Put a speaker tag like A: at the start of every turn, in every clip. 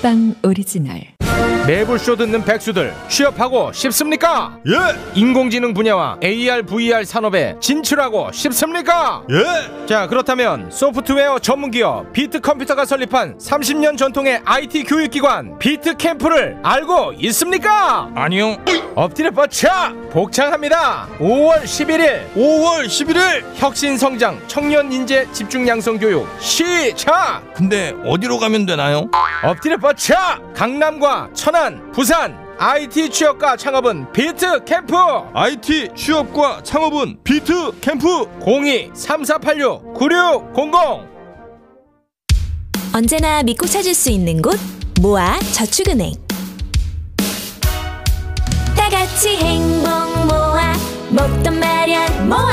A: 팟빵 오리지널
B: 매불쇼 듣는 백수들 취업하고 싶습니까?
C: 예!
B: 인공지능 분야와 AR, VR 산업에 진출하고 싶습니까?
C: 예!
B: 자 그렇다면 소프트웨어 전문기업 비트컴퓨터가 설립한 30년 전통의 IT 교육기관 비트캠프를 알고 있습니까?
C: 아니요.
B: 엎드려 뻗쳐 복창합니다 5월 11일
C: 5월 11일!
B: 혁신성장 청년인재 집중양성교육 시작!
C: 근데 어디로 가면 되나요?
B: 엎드려 뻗쳐 강남과 천안 부산 IT 취업과 창업은 비트 캠프
C: IT 취업과 창업은 비트 캠프!
B: 02 3486 9600
D: 언제나 믿고 찾을 수 있는 곳 모아 저축은행 다 같이 행복 모아 먹던 마련 모아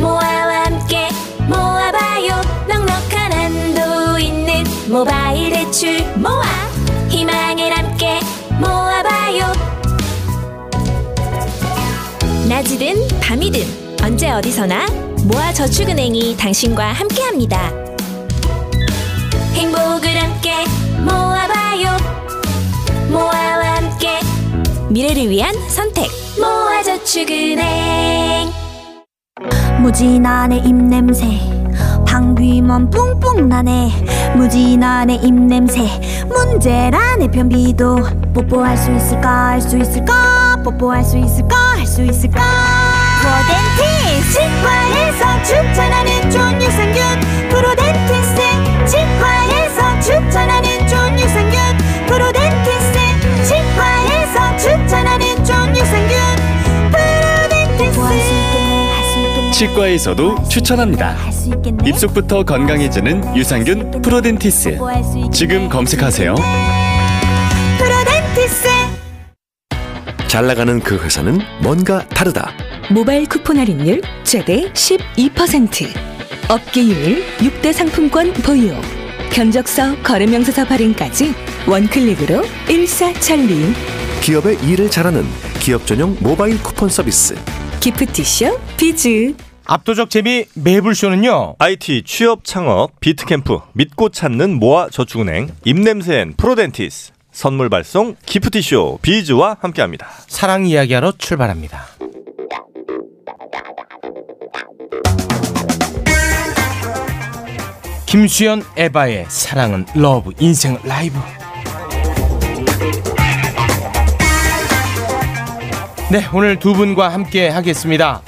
D: 모아와 함께 모아봐요 넉넉한 한도 있는 모바일 대출 모아 희망을 함께 모아봐요 낮이든 밤이든 언제 어디서나 모아 저축은행이 당신과 함께합니다. 행복을 함께 모아봐요 모아와 함께 미래를 위한 선택 모아저축은행
E: 무진한의 입냄새 방귀만 뿡뿡 나네 무진한의 입냄새 문제란의 변비도 뽀뽀할 수 있을까 할 수 있을까 뽀뽀할 수 있을까 할 수 있을까 프로덴티스 치과에서 추천하는 좋은 유산균 프로덴티스 치과에서 추천하는 좋은 유산균 프로덴티스 치과에서 추천하는 좋은 유산균 프로덴티스
F: 치과에서도 추천합니다. 입속부터 건강해지는 유산균 프로덴티스. 지금 검색하세요.
E: 프로덴티스
G: 잘 나가는 그 회사는 뭔가 다르다.
H: 모바일 쿠폰 할인율 최대 12% 업계율 6대 상품권 보유 견적서 거래명세서 발행까지 원클릭으로 일사천리
G: 기업의 일을 잘하는 기업 전용 모바일 쿠폰 서비스.
H: 기프티쇼 비즈
B: 압도적 재미 매불쇼는요
I: IT 취업 창업 비트캠프 믿고 찾는 모아 저축은행 입냄새엔 프로덴티스 선물 발송 기프티쇼 비즈와 함께합니다.
B: 사랑 이야기하러 출발합니다 김수현 에바의 사랑은 러브 인생 라이브 네 오늘 두 분과 함께 하겠습니다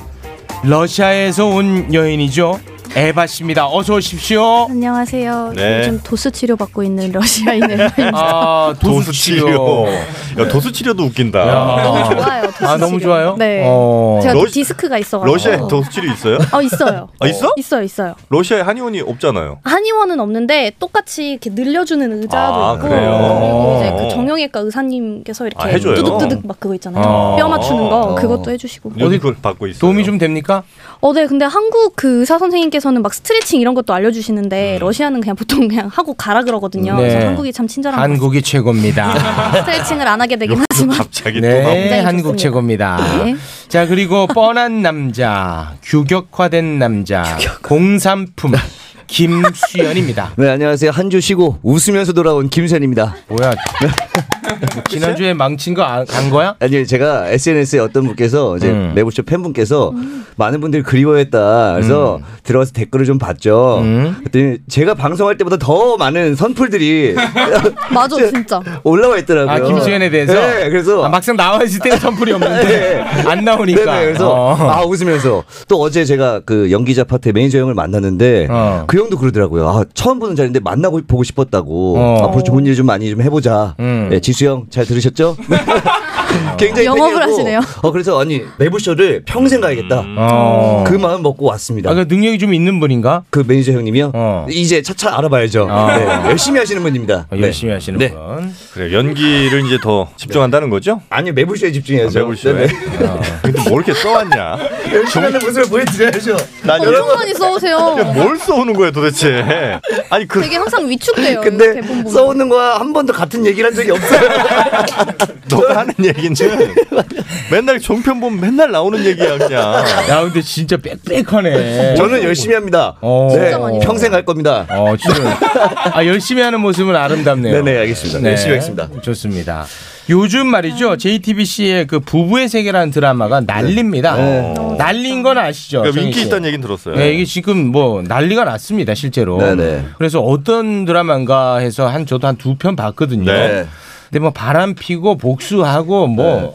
B: 러시아에서 온 여인이죠 에바 씨입니다 어서 오십시오
J: 안녕하세요.
I: 네.
J: 요즘 도수 치료 받고 있는 러시아인 에바입니다.
B: 아 도수 치료
I: 야, 도수 치료도 웃긴다.
J: 너무 좋아요. 도수
B: 아, 너무
J: 치료.
B: 좋아요?
J: 네.
B: 어.
J: 제가
I: 러시-
J: 디스크가 있어가지고.
I: 러시아에 도수 치료 있어요?
J: 어 있어요.
I: 아, 있어?
J: 있어요, 있어요.
I: 러시아에 한의원이 없잖아요.
J: 한의원은 없는데 똑같이 이렇게 늘려주는 의자도
I: 아,
J: 있고
I: 그래요?
J: 그리고 이제
I: 어.
J: 그 정형외과 의사님께서
I: 아,
J: 이렇게
I: 해줘요?
J: 두둑두둑 막 그거 있잖아요.
B: 어.
J: 뼈 맞추는 거
I: 어.
J: 그것도 해주시고.
I: 어디 그걸 받고 있어요?
B: 도움이 좀 됩니까?
J: 어, 네. 근데 한국 그 의사 선생님께서는 막 스트레칭 이런 것도 알려주시는데
I: 음.
J: 러시아는 그냥 보통 그냥 하고 가라 그러거든요.
B: 네.
J: 그래서 한국이 참 친절한 것
B: 한국이 최고입니다.
J: 같아요. 스트레칭을 안 하게 되긴 하지만.
I: 갑자기 또 나오고.
B: 네,
J: 굉장히
B: 한국
J: 좋습니다.
B: 최고입니다.
J: 네.
B: 자, 그리고 뻔한 남자, 규격화된 남자, 공산품 김수현입니다.
K: 네 안녕하세요 한 주 쉬고 웃으면서 돌아온 김수현입니다.
B: 뭐야? 지난주에 망친 거 안 거야?
K: 아니 제가 SNS에 어떤 분께서 이제
B: 음.
K: 매부쇼 팬분께서 많은 분들이 그리워했다 그래서
B: 음.
K: 들어가서 댓글을 좀 봤죠. 그랬더니 제가 방송할 때보다 더 많은 선풀들이
J: 맞아, 진짜. 어,
K: 올라와 있더라고요.
B: 아, 김수현에 대해서.
K: 네 그래서 네,
B: 아, 막상 나와 있을 때는 선풀이 없는데 안 나오니까.
K: 네네, 그래서
B: 어.
K: 아 웃으면서 또 어제 제가 그 연기자 파트의 매니저 형을 만났는데
B: 어.
K: 그 형도 그러더라고요. 아 처음 보는 자리인데 만나고 보고 싶었다고 아,
B: 어.
K: 앞으로 좋은 일 좀 많이 좀 해보자.
B: 음. 어.
K: 네, 지수 형 잘 들으셨죠? 굉장히
J: 영업을
K: 팬이었고,
J: 하시네요.
K: 어 그래서 아니 매부쇼를 평생 가야겠다.
B: 어.
K: 그 마음 먹고 왔습니다.
B: 아, 그 능력이 좀 있는 분인가?
K: 그 매니저 형님이요.
B: 어.
K: 이제 차차 알아봐야죠.
B: 아.
K: 네, 열심히 하시는 분입니다.
B: 아, 열심히 하시는
K: 네.
B: 분.
I: 그래 연기를 이제 더 집중한다는 거죠?
K: 아니 매부쇼에 집중해야죠.
I: 매불쇼에. 아,
K: 네네.
I: 근데 뭘 이렇게 써왔냐?
K: 열심히 하는 모습을 보여드려야죠. 어,
I: 난
J: 엄청 많이 써오세요.
I: 뭘 써오는 거야 도대체? 아니 그
J: 되게 항상 위축돼요.
K: 근데
J: 대본 보면.
K: 어. 써오는 거와 한 번도 같은 얘기를 한 적이 없어요.
I: 너가 하는 얘기는 맨날 종편 보면 맨날 나오는 얘기야 그냥.
B: 야 근데 진짜 빽빽하네.
K: 저는 열심히 합니다. 네, 평생 할 겁니다.
B: 어, 진짜. 아, 열심히 하는 모습은 아름답네요.
K: 네네, 알겠습니다. 열심히 하겠습니다.
B: 좋습니다. 요즘 말이죠. JTBC의 그 부부의 세계라는 드라마가 난립니다. 난린 건 아시죠?
I: 그러니까
B: 정희
I: 인기
B: 씨?
I: 있다는 얘기는 들었어요.
B: 네, 이게 지금 뭐 난리가 났습니다, 실제로.
K: 네네.
B: 그래서 어떤 드라마인가 해서 한 저도 한 두 편 봤거든요.
I: 네.
B: 근데 뭐 바람 피고 복수하고 뭐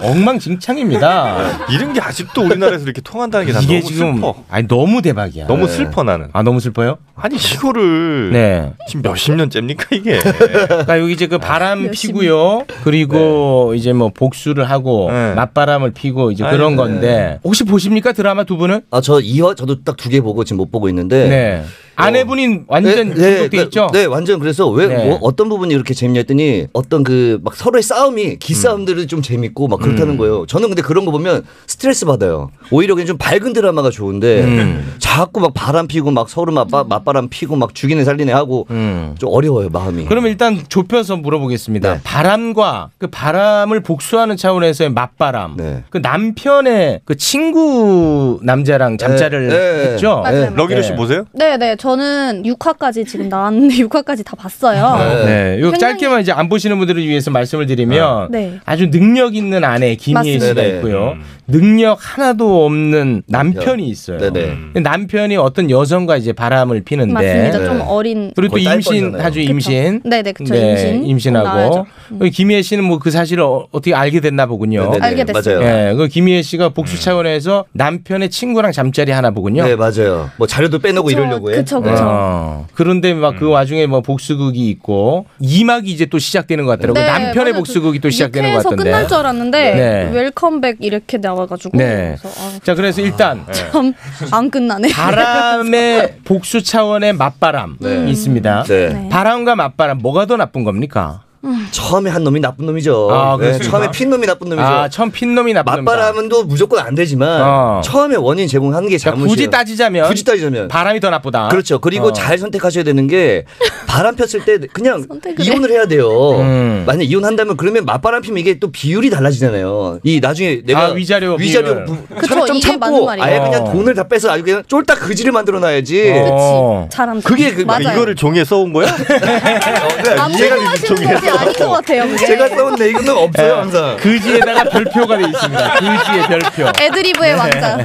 B: 엉망진창입니다.
I: 이런 게 아직도 우리나라에서 네. 이렇게 통한다는 게난
B: 이게
I: 너무
B: 지금
I: 슬퍼.
B: 아니 너무 대박이야.
I: 너무 슬퍼 나는.
B: 아 너무 슬퍼요?
I: 아니 이거를
B: 네.
I: 지금 몇십 년째입니까 이게?
B: 그러니까 여기 이제 그 바람 피고요. 그리고
K: 네.
B: 이제 뭐 복수를 하고
I: 네.
B: 맞바람을 피고 이제 그런
I: 아니,
B: 건데 혹시 보십니까 드라마 두 분은?
K: 아, 저 2화 저도 딱 두 개 보고 지금 못 보고 있는데.
B: 네. 아내분이 완전
K: 어. 네, 네,
B: 중독돼
K: 그러니까,
B: 있죠.
K: 네, 완전 그래서 왜
B: 네.
K: 뭐 어떤 부분이 이렇게 재밌냐 했더니 어떤 그 막 서로의 싸움이 기싸움들이 좀 재밌고 막 그렇다는 거예요. 저는 근데 그런 거 보면 스트레스 받아요. 오히려 그냥 좀 밝은 드라마가 좋은데 자꾸 막 바람 피고 막 서로 막 바- 맞바람 피고 막 죽이네 살리네 하고 좀 어려워요 마음이.
B: 음. 그럼 일단 좁혀서 물어보겠습니다.
K: 네.
B: 바람과 그 바람을 복수하는 차원에서의 맞바람.
K: 네.
B: 그 남편의 그 친구 남자랑 잠자를
K: 네, 네.
B: 했죠.
J: 맞아요.
I: 러기로 씨
B: 네.
I: 보세요?
J: 네, 네. 저는 6화까지 지금 나왔는데 6화까지 다 봤어요.
B: 네, 이거
J: 굉장히-
B: 짧게만 이제 안 보시는 분들을 위해서 말씀을 드리면
J: 네.
B: 아주 능력 있는 아내 김희애
J: 맞습니다.
B: 씨가
K: 네네. 음.
B: 있고요. 능력 하나도 없는 남편이 있어요.
K: 네네.
B: 근데 남편이 어떤 여성과 이제 바람을 피는데
J: 맞습니다. 좀
K: 네.
J: 어린
B: 그리고 또
K: 거의
B: 임신
K: 딸
B: 하죠
J: 그쵸.
B: 임신.
J: 네네, 그쵸. 임신.
B: 임신하고
J: 나와야죠. 음.
B: 그 김희애 씨는 뭐 그 사실을 어, 떻게 알게 됐나 보군요.
K: 네네네,
J: 알게 됐어요.
K: 맞아요.
B: 예, 그 김희애 씨가 복수 차원에서 남편의 친구랑 잠자리 하나 보군요.
K: 네 맞아요. 뭐 자료도 빼놓고 이러려고 해.
J: 그쵸, 그쵸.
B: 어. 그런데 막
K: 음.
B: 그 와중에 뭐 복수극이 있고 2막이 이제 또 시작되는 것 같더라고요.
J: 네,
B: 남편의
J: 맞아요.
B: 복수극이 또
J: 그
B: 시작되는 것
J: 육회에서
B: 같던데.
J: 끝날 줄 알았는데
B: 네.
J: 웰컴백 이렇게 나와가지고
B: 네.
J: 그래서 아우,
B: 자, 그래서 일단
K: 네.
J: 참 안 끝나네.
B: 바람의 복수 차원의 맞바람 음.
K: 네.
B: 있습니다.
K: 네.
J: 네.
B: 바람과 맞바람 뭐가 더 나쁜 겁니까?
K: 처음에 한 놈이 나쁜 놈이죠.
B: 아,
K: 네,
B: 그렇습니까?
K: 처음에 핀 놈이 나쁜 놈이죠.
B: 아, 처음 핀 놈이 나쁜 놈이다.
K: 맞바람은도 무조건 안 되지만
B: 어.
K: 처음에 원인 제공한 게
B: 그러니까
K: 잘못이에요.
B: 굳이 따지자면
K: 굳이 따지자면
B: 바람이 더 나쁘다.
K: 그렇죠. 그리고
B: 어.
K: 잘 선택하셔야 되는 게 바람 폈을 때 그냥
J: 선택을
K: 이혼을 해야 돼요.
B: 음.
K: 만약 이혼한다면 그러면 맞바람 피면 이게 또 비율이 달라지잖아요. 이 나중에 내가
B: 아, 위자료 비율.
K: 위자료 부-
J: 그쵸,
K: 철저히
J: 이게 맞는
K: 참고
J: 말이에요.
K: 아예
B: 어.
K: 그냥 돈을 다 빼서 아주 그냥 쫄딱 그지를 만들어 놔야지.
B: 어.
J: 그치. 잘한다.
K: 그게 그-
J: 맞아요.
I: 이거를 종이에 써온 거야? 네,
J: 아무
K: 제가
J: 생각하시는 것이 아닌 것 같아요. 그게.
K: 제가 써온 내 이거는 없어요
B: 예.
K: 항상.
B: 그지에다가 별표가 돼 있습니다. 그지에 별표.
J: 애드리브의
B: 네.
J: 왕자.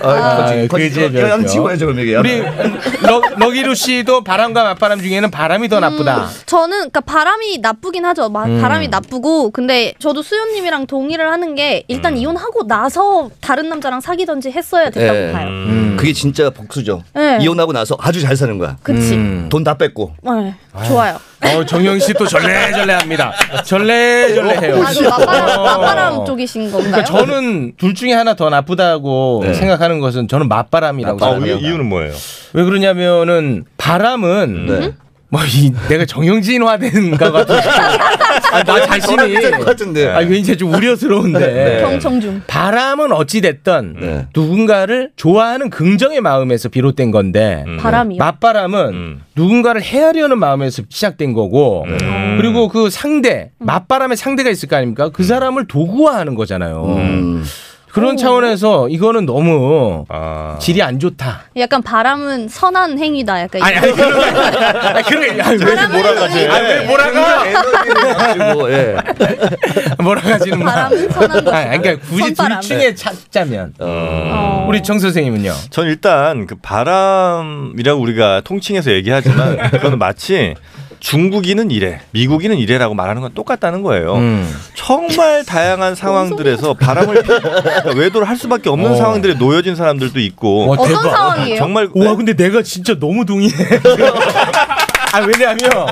B: 아, 그지에 별표.
K: 그냥 지워야죠 그럼 이게.
B: 우리 러, 러기루 씨도 바람과 맞바람 중에는 바람이 더 나쁘다. 음.
J: 저는 그러니까 바람이 나쁘긴 하죠. 마- 바람이 나쁘고 근데 저도 수연님이랑 동의를 하는 게
B: 음.
J: 일단 이혼하고 나서 다른 남자랑 사귀던지 했어야 됐다고
B: 예.
K: 네.
J: 봐요.
B: 음.
K: 그게 진짜 복수죠.
J: 네.
K: 이혼하고 나서 아주 잘 사는 거야.
J: 그치.
B: 음.
K: 돈 다 뺏고.
J: 네, 좋아요.
B: 어, 정영 씨 또 절레절레합니다. 절레절레해요.
J: 아주 맞바람,
B: 어.
J: 맞바람 쪽이신 건가요?
B: 그러니까 저는 둘 중에 하나 더 나쁘다고
K: 네.
B: 생각하는 것은 저는 음, 맞바람이라고
I: 아,
B: 생각해요.
I: 이- 이유는 뭐예요?
B: 왜 그러냐면은 바람은 뭐 이 내가 정영진화된가 같은 아, 나 자신이
K: 것 같은데.
B: 아 굉장히 좀 우려스러운데
J: 네. 경청중.
B: 바람은 어찌 됐든
K: 네.
B: 누군가를 좋아하는 긍정의 마음에서 비롯된 건데
J: 바람이요.
B: 맞바람은
I: 음.
B: 누군가를 헤아려는 마음에서 시작된 거고
J: 음.
B: 그리고 그 상대 맞바람의 상대가 있을 거 아닙니까 그 사람을 도구화하는 거잖아요 음. 그런 차원에서 이거는 너무
I: 아.
B: 질이 안 좋다
J: 약간 바람은 선한 행위다. 약간
B: 아니 아니 그런 거 아니야. 아니, 그런 거 아니야. 아니, 왜
J: 바람은
I: 몰아가지?
J: 선한
B: 왜
J: 행위.
B: 뭐라가
K: 그리고 예.
B: 몰아가지는
J: 바람은 선한 것이다.
B: 아니 그러니까 굳이 둘
J: 선바람.
B: 중에 찾자면
J: 어.
B: 뭐- 우리 정 선생님은요
I: 전 일단 그 바람이라고 우리가 통칭해서 얘기하지만 그거는 마치 중국인은 이래, 미국인은 이래라고 말하는 건 똑같다는 거예요. 정말 다양한 상황들에서 바람을 피, 그러니까 외도를 할 수밖에 없는
B: 어.
I: 상황들에 놓여진 사람들도
B: 어,
I: 있고
J: 어떤
B: 대박.
J: 상황이에요?
I: 정말
B: 와 근데 내가 진짜 너무 동의해. 아 왜냐하면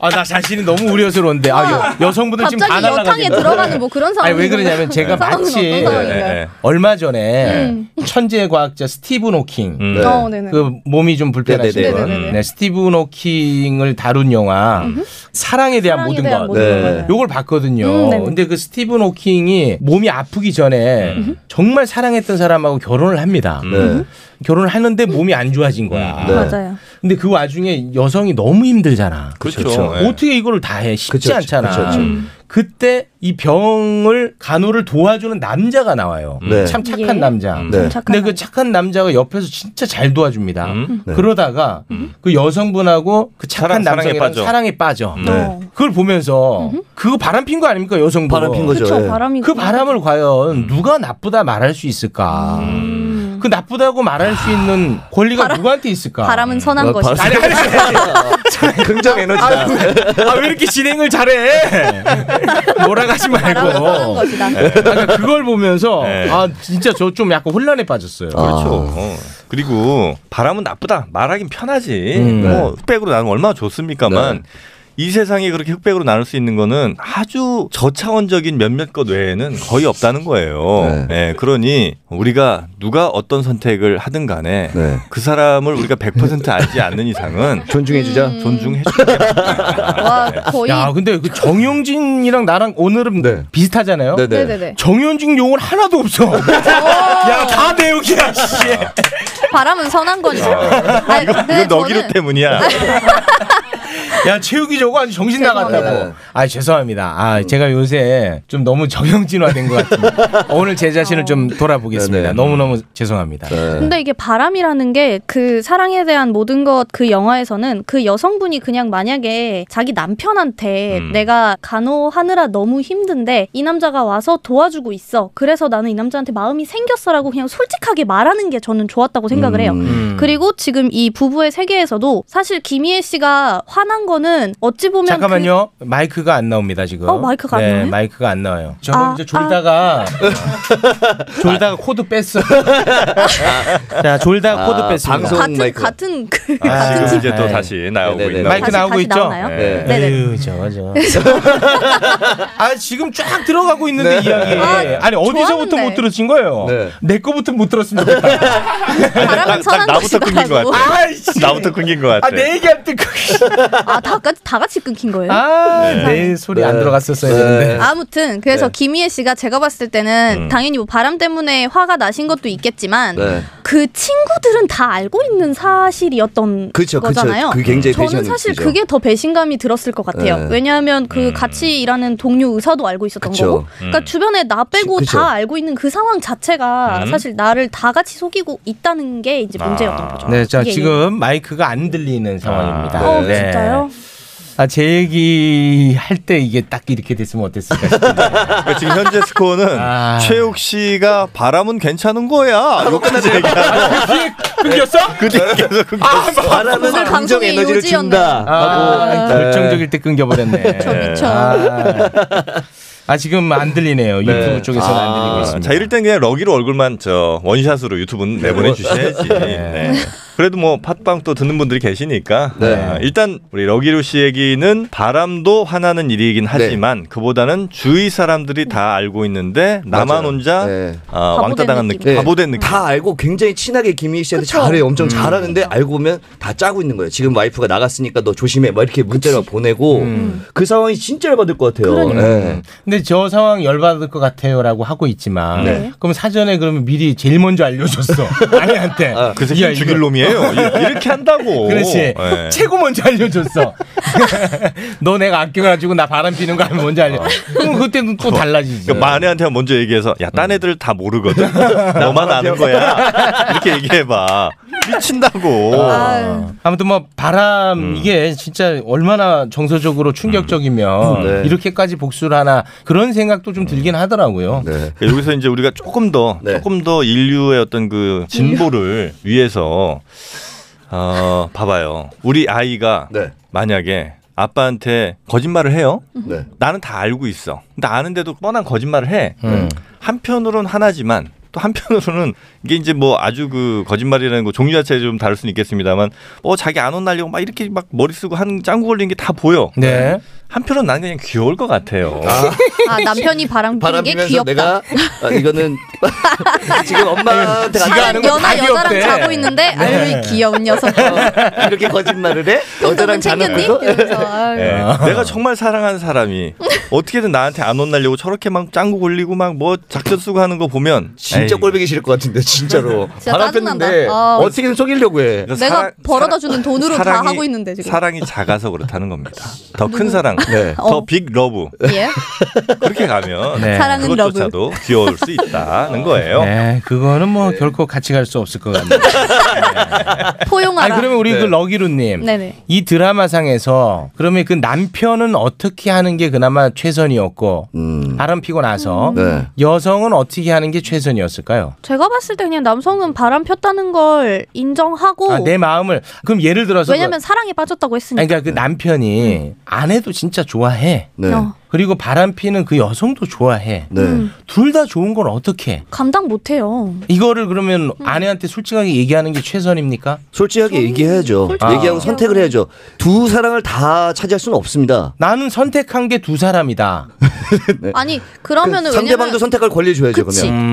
B: 아 나 자신이 너무 우려스러운데 아 여, 성분들 지금 다
J: 갑자기 여탕에
B: 날라가겠네.
J: 들어가는 뭐 그런 상황이
B: 아니 왜 그러냐면 제가
J: 상황은
B: 마치
J: 어떤 상황인가요?
I: 네, 네.
B: 얼마 전에 천재 과학자 스티븐 호킹
I: 음.
J: 어, 음. 네네.
B: 그 몸이 좀 불편하신
K: 네네네.
B: 분
J: 네네네.
B: 네, 스티븐 호킹을 다룬 영화 사랑에 대한
J: 사랑에
B: 모든
J: 대한
B: 것
J: 모든
K: 네.
J: 것.
B: 요걸 봤거든요.
J: 음, 네네.
B: 근데 그 스티븐 호킹이 몸이 아프기 전에 정말 사랑했던 사람하고 결혼을 합니다.
K: 네.
J: 음,
B: 결혼을 하는데 몸이 안 좋아진 거야.
K: 네.
J: 맞아요.
B: 근데 그 와중에 여성이 너무 힘들잖아.
I: 그렇죠. 예.
B: 어떻게 이거를 다 해? 쉽지
K: 그쵸, 그쵸,
B: 않잖아.
K: 그쵸, 그쵸.
B: 음. 그때 이 병을 간호를 도와주는 남자가 나와요.
I: 음.
K: 네.
B: 참 착한
J: 예.
B: 남자. 음.
K: 네. 참
B: 근데 그 착한 남자가 옆에서 진짜 잘 도와줍니다.
K: 네.
B: 그러다가 그 여성분하고 그 착한
I: 음. 사랑- 사랑에
B: 남성이랑
I: 빠져.
B: 사랑에 빠져.
I: 네.
J: 어.
B: 그걸 보면서 그거 바람핀 거 아닙니까 여성분?
K: 바람핀 거죠.
J: 그쵸
K: 예.
J: 바람이
B: 그 바람을
I: 음.
B: 과연 누가 나쁘다 말할 수 있을까? 그 나쁘다고 말할 수 있는 권리가 누구한테 있을까?
J: 바람은 선한
K: 아,
J: 것이다.
K: 바람- 긍정 에너지다.
B: 아, 왜 이렇게 진행을 잘해? 몰아가지
J: 바람은 선한
B: 말고. 네.
J: 것이다.
B: 그걸 보면서
I: 네.
B: 아 진짜 저 좀 약간 혼란에 빠졌어요.
I: 그렇죠. 어. 그리고 바람은 나쁘다. 말하긴 편하지.
B: 음.
I: 뭐 흑백으로 나누면 얼마나 좋습니까만 이 세상에 그렇게 흑백으로 나눌 수 있는 거는 아주 저차원적인 몇몇 것 외에는 거의 없다는 거예요. 예, 그러니 우리가 누가 어떤 선택을 하든 간에
K: 네.
I: 그 사람을 우리가 100% 알지 않는 이상은 음.
K: 존중해주자.
J: 음.
I: 존중해 주자.
J: 와 거의
B: 야 근데 그 정용진이랑 나랑 오늘은
K: 네.
B: 비슷하잖아요.
K: 네네.
J: 네네네.
B: 정용진 용은 하나도 없어. 야다 내용이야. 씨.
J: 바람은 선한 거죠. 아니, 근데
I: 이건 너기로
J: 네, 저는
I: 때문이야.
B: 야 체육이 저거 아주 정신 나갔다고.
K: 죄송합니다.
B: 아 죄송합니다. 아 제가 요새 좀 너무 정영진화된 것 같은데 오늘 제 자신을 좀 돌아보겠습니다.
K: 네네.
B: 너무 너무 죄송합니다.
K: 네.
J: 근데 이게 바람이라는 게 그 사랑에 대한 모든 것 그 영화에서는 그 여성분이 그냥 만약에 자기 남편한테 내가 간호하느라 너무 힘든데 이 남자가 와서 도와주고 있어. 그래서 나는 이 남자한테 마음이 생겼어라고 그냥 솔직하게 말하는 게 저는 좋았다고 생각을 해요. 그리고 지금 이 부부의 세계에서도 사실 김희애 씨가 화난 거는 어찌 보면
B: 잠깐만요. 마이크가 안 나옵니다 지금.
J: 그 어, 마이크가 안
B: 네,
J: 나와요?
B: 마이크가 안 나와요. 저
J: 아,
B: 이제 졸다가 졸다가 코드 뺐어. 자 졸다가
K: 아,
B: 코드 뺐습니다.
J: 그
K: 방송-
J: 같은
K: 마이크.
J: 같은 그
B: 아,
I: 지금 이제 또
B: 네.
I: 다시 나오고
K: 네네네.
I: 있나
B: 마이크
J: 아, 다시-
B: 나오고
J: 다시
B: 있죠.
J: 나오나요?
I: 네.
J: 네네.
B: 에휴, 저거 저. 아 지금 쫙 들어가고 있는데 이야기.
J: 아,
B: 아, 니 어디서부터
J: 좋았는데.
B: 못 들으신 거예요?
K: 네.
B: 내 거부터 못 들었으면 좋겠다.
J: 바람은
I: 그 딱- 딱
J: 선한
I: 나부터 끊긴 것
J: 것이다라고.
I: 같아.
B: 아이씨.
I: 나부터 끊긴 것 같아.
B: 아, 내 얘기할 때 그.
J: 아, 다 같이 다 같이 끊긴 거예요?
B: 아, 내 소리 안
K: 네.
B: 들어갔었어야
K: 네.
B: 되는데.
J: 아무튼 그래서
K: 네. 음.
J: 김희애 씨가 제가 봤을 때는 당연히 뭐 바람 때문에 화가 나신 것도 있겠지만
K: 네.
J: 그 친구들은 다 알고 있는 사실이었던
K: 그렇죠. 그쵸, 그쵸.
J: 거잖아요.
K: 그게 굉장히
J: 저는
K: 배신감이
J: 사실
K: 있죠.
J: 그게 더 배신감이 들었을 것 같아요.
K: 네.
J: 왜냐하면 그 같이 일하는 동료 의사도 알고 있었던
K: 그쵸. 음.
J: 거고, 그러니까 주변에 나 빼고
K: 그쵸. 음.
J: 다 알고 있는 그 상황 자체가 사실 나를 다 같이 속이고 있다는 게 이제
K: 아.
J: 문제였던 거죠.
B: 네, 자
J: 이게
B: 지금 마이크가 안 들리는 상황입니다.
J: 아. 예, 어,
B: 아, 네.
J: 진짜요?
B: 아, 제 얘기 할 때 이게 딱 이렇게 됐으면 어땠을까 싶은데.
I: 그러니까 지금 현재 스코어는
B: 아.
I: 최욱 씨가 바람은 괜찮은 거야. 여기까지 얘기하고
B: 끊겼어?
I: 그 뒤에 계속 아,
K: 바람은
J: 오늘
K: 긍정
J: 방송의
K: 에너지를
J: 요지였네.
K: 준다.
B: 아,
K: 하고
B: 결정적일 때 끊겨버렸네.
J: 저 미쳐.
B: 아, 아, 지금 안 들리네요. 유튜브 쪽에서는 안 들리고 있습니다.
I: 아, 자 이럴 땐 그냥 러기로 얼굴만 저 원샷으로 유튜브는 내보내 주셔야지. 네. 그래도 뭐 팟빵 또 듣는 분들이 계시니까
K: 네.
I: 아, 일단 우리 러기루 씨 얘기는 바람도 화나는 일이긴 하지만 그보다는 주위 사람들이 다 알고 있는데 나만
K: 맞아요.
I: 혼자
K: 네.
I: 아,
J: 바보된
I: 왕따 당한 느낌,
J: 느낌.
K: 네.
I: 바보된 느낌.
K: 다 알고 굉장히 친하게 김희애 씨한테 잘해 요
B: 음.
K: 엄청 잘하는데 알고 보면 다 짜고 있는 거예요. 지금 와이프가 나갔으니까 너 조심해 막 이렇게 문자를 막 보내고
B: 음.
K: 그 상황이 진짜 열받을 것 같아요.
J: 그러니까.
K: 네.
B: 근데 저 상황 열받을 것 같아요라고 하고 있지만
I: 네.
B: 그럼 사전에 그러면 미리 제일 먼저 알려줬어 아내한테
I: 그 새끼
B: 야, 이거-
I: 죽일 놈이에요. 이- 이렇게 한다고.
B: 그렇지
I: 네.
B: 최고 먼저 알려줬어 너 내가 아껴가지고 나 바람 피는 거 알면 먼저 알려 그럼 그때는 또 달라지지
I: 어. 그러니까 마네한테 먼저 얘기해서 야 딴 애들 다 모르거든 너만 아는 거야 이렇게 얘기해봐 미친다고
K: 네.
J: 아유.
B: 아무튼 뭐 바람
K: 음.
B: 이게 진짜 얼마나 정서적으로 충격적이면
K: 네.
B: 이렇게까지 복수를 하나 그런 생각도 좀 들긴 하더라고요
K: 네.
I: 그러니까 여기서 이제 우리가 조금 더
K: 네.
I: 조금 더 인류의 어떤 그 진보를 위해서 어 봐봐요 우리
J: 음.
I: 아이가
K: 네.
I: 만약에 아빠한테 거짓말을 해요
K: 네.
I: 나는 다 알고 있어 근데 아는데도 뻔한 거짓말을 해
B: 음.
I: 한편으로는 하나지만 또 한편으로는 이게 이제 뭐 아주 그 거짓말이라는 거 종류 자체에 좀 다를 수는 있겠습니다만 어 자기 안 혼날려고 막 이렇게 막 머리 쓰고 한 짱구 걸린 게 다 보여.
B: 네.
I: 한편으로는 나는 그냥 귀여울 것 같아요.
J: 아 남편이 바람 피는
K: 바람
J: 게
K: 피면서
J: 귀엽다.
K: 내가 아, 이거는 지금 엄마한테
B: 지가
K: 가
B: 아는 거
J: 연하
B: 답이
J: 여자랑
B: 없대.
J: 자고 있는데 아유 이 귀여운 녀석.
K: 이렇게 거짓말을 해?
J: 여자랑 네.
K: 여자랑
J: 챙겼니? 음.
K: 자는 거?
J: 이러면서 아유.
I: 예. 내가 정말 사랑하는 사람이 어떻게든 나한테 안 혼날려고 저렇게 막 짱구 걸리고 막 뭐 작전 쓰고 하는 거 보면
K: 진짜
I: 에이,
K: 꼴보기 싫을 것 같은데 진짜로
J: 진짜
K: 바람
J: 짜증난다.
K: 폈는데
J: 아.
K: 어떻게든 속이려고 해.
I: 그러니까
J: 내가
I: 사랑-
J: 벌어다 주는
I: 사랑-
J: 돈으로 다 하고 있는데, 지금.
I: 사랑이 작아서 그렇다는 겁니다. 더 큰 사랑 사랑, 더 빅 러브
J: 예?
I: 그렇게 가면
B: 네.
J: 사랑은
I: 그것조차도 귀여울 수 있다는 거예요.
K: 어?
B: 네, 그거는 뭐 결코 같이 갈 수 없을 것 같네요.
J: 포용하라.
B: 아니 그러면 우리 그
K: 네.
B: 러기루님
J: 네네.
B: 이 드라마상에서 그러면 그 남편은 어떻게 하는 게 그나마 최선이었고 바람 피고 나서
K: 음.
J: 음.
K: 네.
B: 여성은 어떻게 하는 게 최선이었을까요?
J: 제가 봤을 때 그냥 남성은 바람 폈다는 걸 인정하고
B: 아, 내 마음을 그럼 예를 들어서
J: 왜냐면 음. 사랑에 빠졌다고
B: 그, 아니,
J: 했으니까.
B: 그러니까 그 남편이 아내도 진짜 좋아해
K: 네.
J: 어.
B: 그리고 바람 피는 그 여성도 좋아해
K: 네.
J: 음.
B: 둘 다 좋은 건 어떻게?
J: 감당 못해요.
B: 이거를 그러면 아내한테 솔직하게 얘기하는 게 최선입니까?
K: 솔직하게 얘기해야죠.
J: 솔직히
K: 얘기하고
J: 얘기하고.
K: 선택을 해야죠. 두 사랑을 다 차지할 수는 없습니다.
B: 나는 선택한 게 두 사람이다.
J: 아니 네. 그러면은
K: 상대방도
J: 왜냐면
K: 선택할 권리 줘야죠.
J: 그치.
K: 그러면. 어,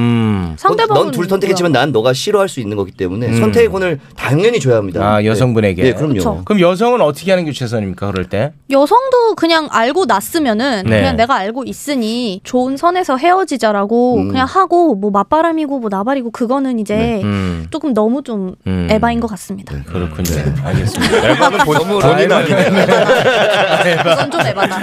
B: 음.
J: 상대방은
K: 넌둘 선택했지만 난 너가 싫어할 수 있는 거기 때문에 선택의 권을 당연히 줘야 합니다.
B: 아, 여성분에게.
K: 네, 네, 그럼요.
J: 그쵸.
B: 그럼 여성은 어떻게 하는 게 최선입니까? 그럴 때?
J: 음. 여성도 그냥 알고 났으면은
B: 네.
J: 그냥 내가 알고 있으니 좋은 선에서 헤어지자라고 그냥 하고 뭐 맞바람이고 뭐 나발이고 그거는 이제
B: 음.
J: 조금 너무 좀
B: 음.
J: 에바인 것 같습니다.
B: 그렇군요. 알겠습니다.
I: 앨범은 본, 본인 아니네.
J: 그건 좀 에바다.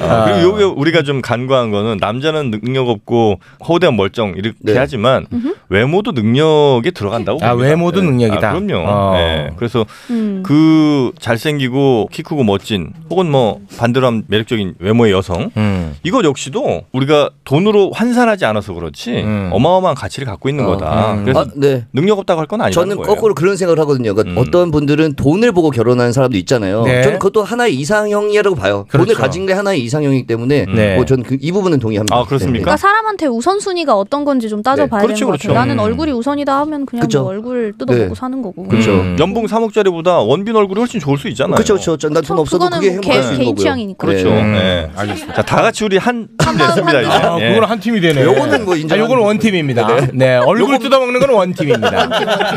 I: 아, 그리고 요게 우리가 좀 간과한 거는 남자는 능력 없고 허우대한 멀쩡 이렇게
K: 네.
I: 하지만 외모도 능력에 들어간다고
B: 아,
I: 봅니다.
B: 외모도
I: 네.
B: 능력이다.
I: 아, 그럼요.
B: 어.
I: 네. 그래서
J: 음.
I: 그 잘생기고 키 크고 멋진 혹은 뭐 반대로 하면 매력적인 외모의 여성
B: 음.
I: 이거 역시도 우리가 돈으로 환산하지 않아서 그렇지
B: 음.
I: 어마어마한 가치를 갖고 있는
K: 어.
I: 거다.
B: 음.
I: 그래서
K: 아, 네.
I: 능력 없다고 할 건 아니라는
K: 저는
I: 거예요.
K: 거꾸로 그런 생각을 하거든요. 그러니까
I: 음.
K: 어떤 분들은 돈을 보고 결혼하는 사람도 있잖아요.
B: 네.
K: 저는 그것도 하나의 이상형이라고 봐요. 돈을
B: 그렇죠.
K: 가진 게 하나의 이상형이기 때문에
I: 음.
B: 네.
K: 뭐 저는 그, 이 부분은 동의합니다. 네.
I: 아, 그렇습니까?
J: 그러니까 사람한테 우선순위가 어떤 건지 좀 따져봐야
I: 네, 그렇죠,
J: 되는 것
I: 그렇죠.
J: 같아요. 나는
B: 음.
J: 얼굴이 우선이다 하면 그냥
K: 그쵸.
J: 뭐 얼굴 뜯어먹고
K: 네.
J: 사는 거고.
K: 그렇죠.
B: 음.
I: 연봉 3억짜리보다 원빈 얼굴이 훨씬 좋을 수 있잖아요.
K: 그렇죠, 그렇죠. 난돈
J: 그쵸,
K: 없어도
J: 그거는
K: 그게
J: 뭐
K: 행복할
J: 개-
K: 수 있는
J: 개인
K: 거고요.
J: 취향이니까.
I: 그렇죠.
K: 네.
I: 네.
B: 알겠습니다.
I: 자, 다 같이 우리 한 팀이
J: 마음
I: 됐습니다.
J: 한
I: 이제.
B: 아,
I: 예.
B: 그거는 한 팀이 되네.
K: 요거는 뭐 인정
B: 아, 요거는 원팀입니다. 네. 얼굴 뜯어먹는 건 원팀입니다.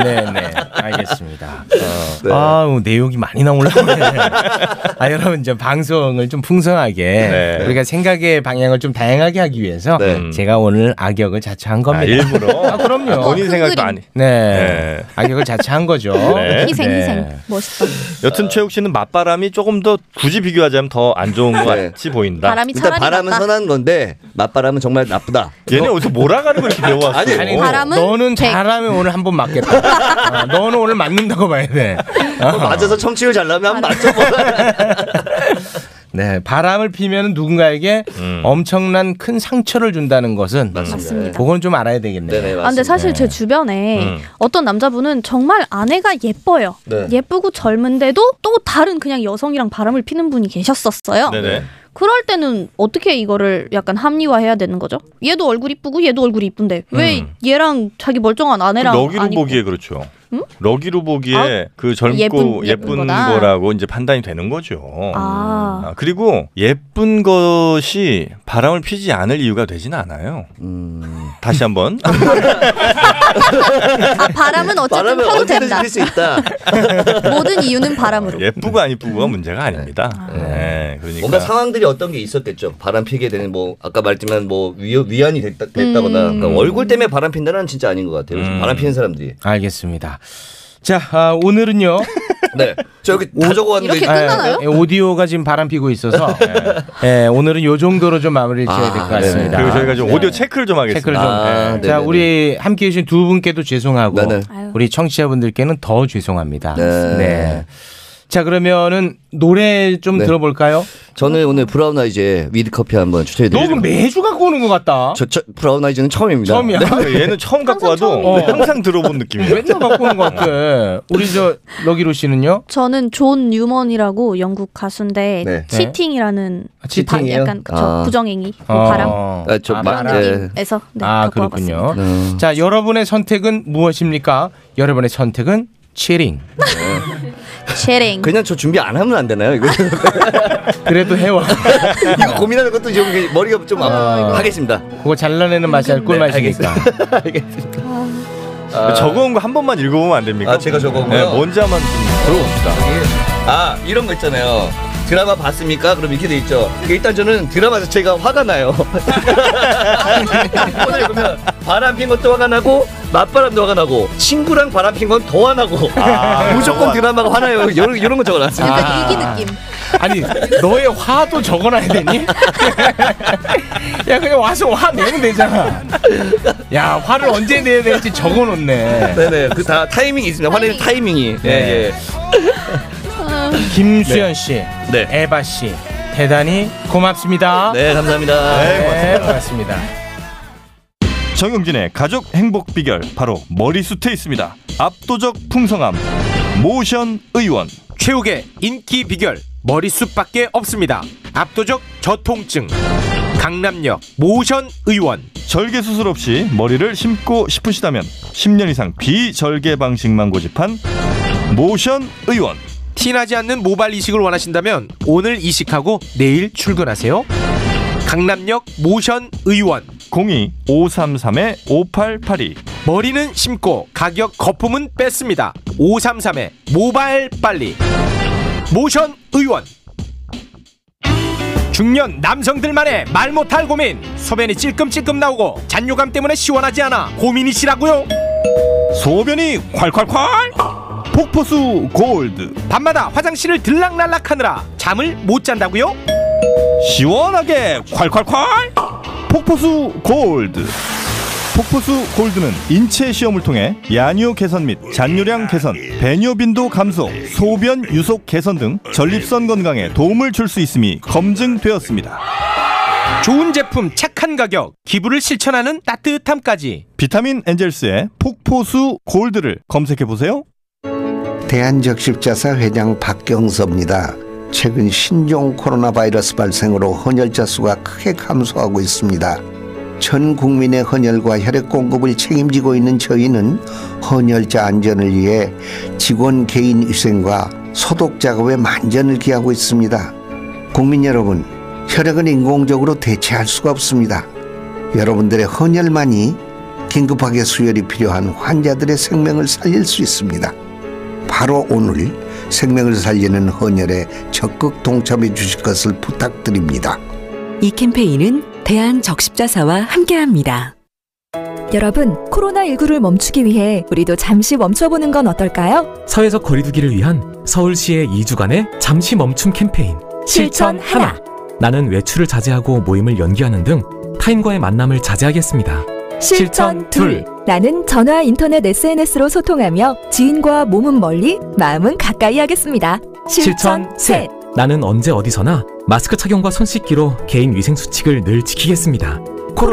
B: 네, 네. 알겠습니다. 어,
K: 네.
B: 아우, 내용이 많이 나오려고. 아, 여러분, 이제 방송을 좀 풍성하게
I: 네.
B: 우리가 생각의 방향을 좀 다양하게 하기 위해서 음.
K: 네.
B: 제가 오늘 악역을 자처한 겁니다.
I: 아, 일부러.
B: 아, 그럼요.
I: 본인
J: 큰
I: 생각도
J: 그림.
I: 아니.
B: 네.
I: 네.
B: 악역을 자처한 거죠.
I: 네.
J: 희생
B: 네.
J: 희생 멋있다.
I: 여튼 최욱 씨는 맞바람이 조금 더 굳이 비교하자면 더 안 좋은 것
K: 네.
I: 같이 보인다.
J: 바람이
K: 일단
J: 차라리
K: 바람은
J: 낫다.
K: 선한 건데 맞바람은 정말 나쁘다. 뭐
I: 얘네 어디서 몰아가는 걸 이렇게 배워왔어.
K: 아니,
B: 아니,
J: 오. 바람은
B: 너는
J: 백.
B: 잘하면 오늘 한 번 맞겠다. 아, 너는 오늘 맞는다고 봐야 돼.
K: 그거 맞아서 청취율 잘 나면 뭐. 한번 맞죠.
B: 네, 바람을 피면 누군가에게 엄청난 큰 상처를 준다는 것은
J: 맞습니다.
B: 그건 좀 알아야 되겠네요.
K: 네네
J: 아, 근데
K: 맞습니다.
J: 사실 제 주변에
I: 음.
J: 어떤 남자분은 정말 아내가 예뻐요.
K: 네.
J: 예쁘고 젊은데도 또 다른 그냥 여성이랑 바람을 피는 분이 계셨었어요.
I: 네네.
J: 그럴 때는 어떻게 이거를 약간 합리화해야 되는 거죠? 얘도 얼굴 이쁘고 얘도 얼굴 이쁜데 왜
I: 음.
J: 얘랑 자기 멀쩡한 아내랑
I: 러기로
J: 안 입고
I: 그 보기에 그렇죠. 러기로 보기에
J: 아,
I: 그 젊고 예쁜,
J: 예쁜- 예쁜 거다.
I: 거라고 이제 판단이 되는 거죠.
J: 아.
I: 아, 그리고 예쁜 것이 바람을 피지 않을 이유가 되진 않아요.
B: 음.
I: 다시 한번
J: 아 바람은 어쨌든
K: 바람은
J: 펴도
K: 언제든지
J: 된다.
K: 필수 있다.
J: 모든 이유는 바람으로.
I: 예쁘고 안 예쁘고가 문제가 아닙니다. 네,
K: 뭔가
I: 그러니까
K: 상황들이 어떤 게 있었겠죠. 바람 피게 되는 뭐 아까 말했지만 뭐 위, 위안이 됐다, 됐다거나 그러니까 얼굴 때문에 바람 핀다는 진짜 아닌 것 같아요. 요즘
I: 음.
K: 바람 피는 사람들이.
B: 알겠습니다. 자, 아, 오늘은요.
K: 네. 저 여기 다 적어왔는데 네.
J: 이렇게 끝나나요?
B: 예, 오디오가 지금 바람 피고 있어서 예, 오늘은 요 정도로 좀 마무리를 지어야 될 것
K: 아, 네.
B: 같습니다.
I: 그리고 저희가 좀
B: 네.
I: 오디오 체크를 좀 하겠습니다.
B: 체크를 좀.
K: 아,
B: 예.
K: 네네네.
B: 자, 우리 함께 해주신 두 분께도 죄송하고
K: 네네.
J: 아유.
B: 우리 청취자분들께는 더 죄송합니다.
K: 네.
B: 자, 그러면은 노래 좀
K: 네.
B: 들어볼까요?
K: 저는 오늘 브라운 아이즈의 위드 커피 한번 추천해드릴게요.
B: 너그 매주 갖고 오는 것
K: 네.
B: 같다.
K: 저, 저 브라운 아이즈는 처음입니다. 네.
B: 처음이야.
I: 네. 얘는 처음 갖고 와도
J: 항상
B: 처음이에요.
I: 항상 들어본 느낌이에요.
B: 맨날 갖고 오는 것 같아. 우리 저 러기로 씨는요?
J: 저는 존 뉴먼이라고 영국 가수인데
K: 네.
J: 치팅이라는
B: 아, 치팅이에요?
J: 바- 약간 그쵸,
K: 아.
J: 부정행위 그
B: 어.
J: 바람
K: 아, 저
B: 아,
K: 마-
B: 바람.
K: 네.
J: 에서 네,
B: 아
J: 갖고 와봤습니다.
B: 그렇군요. 자 여러분의 선택은 무엇입니까? 여러분의 선택은 치링.
J: 쉐링
K: 그냥 저 준비 안 하면 안 되나요? 이거,
B: 그래도 해와.
K: 이거 고민하는 것도 지금 이게 머리가 좀 아, 하겠습니다.
B: 그거 잘라내는 맛이
J: 네,
B: 아니라 꿀맛이니까.
I: 적어온 거 한 번만 읽어보면 안 됩니까?
K: 아, 제가 적어온 거요?
I: 네, 뭔지 한번 좀 들어봅시다.
K: 아 이런 거 있잖아요. 드라마 봤습니까? 그럼 이렇게 돼 있죠. 일단 저는 드라마 자체가 화가 나요. 오늘 그러면 바람 핀 것도 화가 나고 맞바람도 화가 나고 친구랑 바람 핀 건 더 화나고 무조건 드라마가 화나요. 이런 이런 거
J: 아.
K: 적어놨어요.
A: 약간 일기 느낌.
B: 아니 너의 화도 적어놔야 되니? 야 그냥 와서 화 내면 되잖아. 야 화를 언제 내야 될지 적어놓네.
K: 네네 그 다 타이밍이 있습니다. 화내는 타이밍이. 예, 예.
B: 김수현 씨,
K: 네.
B: 에바 씨 대단히 고맙습니다.
K: 네 감사합니다.
B: 네, 고맙습니다.
C: 정용진의 가족 행복 비결 바로 머리숱에 있습니다. 압도적 풍성함 모션 의원
L: 최욱의 인기 비결 머리숱밖에 없습니다. 압도적 저통증 강남역 모션 의원
C: 절개 수술 없이 머리를 심고 싶으시다면 10년 이상 비절개 방식만 고집한 모션 의원
L: 티나지 않는 모발 이식을 원하신다면 오늘 이식하고 내일 출근하세요. 강남역 모션 의원
C: 02 533의 5882
L: 머리는 심고 가격 거품은 뺐습니다. 533의 모발 빨리 모션 의원 중년 남성들만의 말 못할 고민 소변이 찔끔찔끔 나오고 잔뇨감 때문에 시원하지 않아 고민이시라고요?
C: 소변이 콸콸콸 폭포수 골드
L: 밤마다 화장실을 들락날락하느라 잠을 못 잔다고요?
C: 시원하게 콸콸콸 폭포수 골드 폭포수 골드는 인체 시험을 통해 야뇨 개선 및 잔뇨량 개선, 배뇨 빈도 감소, 소변 유속 개선 등 전립선 건강에 도움을 줄 수 있음이 검증되었습니다.
L: 좋은 제품 착한 가격 기부를 실천하는 따뜻함까지
C: 비타민 엔젤스의 폭포수 골드를 검색해 보세요.
M: 대한적십자사 회장 박경서입니다. 최근 신종 코로나 바이러스 발생으로 헌혈자 수가 크게 감소하고 있습니다. 전 국민의 헌혈과 혈액 공급을 책임지고 있는 저희는 헌혈자 안전을 위해 직원 개인 위생과 소독 작업에 만전을 기하고 있습니다. 국민 여러분, 혈액은 인공적으로 대체할 수가 없습니다. 여러분들의 헌혈만이 긴급하게 수혈이 필요한 환자들의 생명을 살릴 수 있습니다. 바로 오늘 생명을 살리는 헌혈에 적극 동참해 주실 것을 부탁드립니다.
H: 이 캠페인은 대한적십자사와 함께합니다.
N: 여러분, 코로나19를 멈추기 위해 우리도 잠시 멈춰보는 건 어떨까요?
O: 사회적 거리두기를 위한 서울시의 2주간의 잠시 멈춤 캠페인
N: 실천 하나.
O: 나는 외출을 자제하고 모임을 연기하는 등 타인과의 만남을 자제하겠습니다.
N: 실천 둘. 나는 전화, 인터넷, SNS로 소통하며 지인과 몸은 멀리, 마음은 가까이 하겠습니다. 실천 셋.
O: 나는 언제 어디서나 마스크 착용과 손 씻기로 개인 위생 수칙을 늘 지키겠습니다.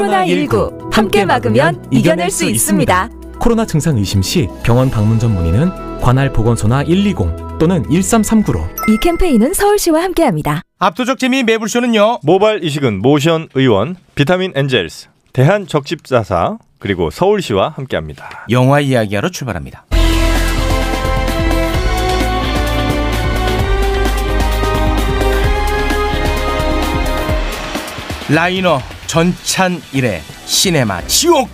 N: 코로나19 함께 막으면 이겨낼 수 있습니다.
O: 코로나 증상 의심 시 병원 방문 전 문의는 관할 보건소나 120 또는 1339로
N: 이 캠페인은 서울시와 함께합니다.
B: 압도적 재미 매불쇼는요.
I: 모발 이식은 모션 의원, 비타민 엔젤스, 대한 적십자사 그리고 서울시와 함께합니다.
B: 영화 이야기하러 출발합니다. 라이너 전찬 일의 시네마 지옥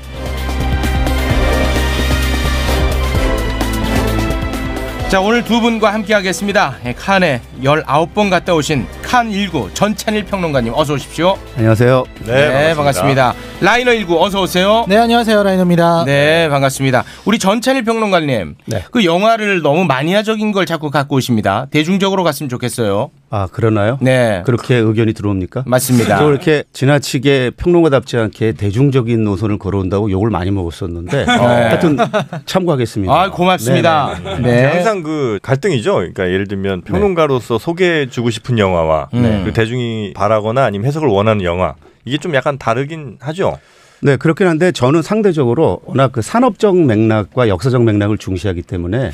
B: 자 오늘 두 분과 함께 하겠습니다 예, 칸에 19번 갔다 오신 칸19 전찬일 평론가님 어서 오십시오
P: 안녕하세요.
B: 네, 반갑습니다. 라이너19 어서 오세요
P: 네, 안녕하세요. 라이너입니다.
B: 네 반갑습니다 우리 전찬일 평론가님
P: 네.
B: 그 영화를 너무 마니아적인 걸 자꾸 갖고 오십니다 대중적으로 갔으면 좋겠어요
P: 아, 그러나요?
B: 네.
P: 그렇게 의견이 들어옵니까?
B: 맞습니다.
P: 또 이렇게 지나치게 평론가답지 않게 대중적인 노선을 걸어온다고 욕을 많이 먹었었는데
B: 네.
P: 하여튼 참고하겠습니다.
B: 아 고맙습니다
I: 네. 항상 그 갈등이죠. 그러니까 예를 들면
B: 네.
I: 평론가로서 소개해주고 싶은 영화와
P: 네.
I: 그리고 대중이 바라거나 아니면 해석을 원하는 영화 이게 좀 약간 다르긴 하죠.
P: 네, 그렇긴 한데 저는 상대적으로 워낙 그 산업적 맥락과 역사적 맥락을 중시하기 때문에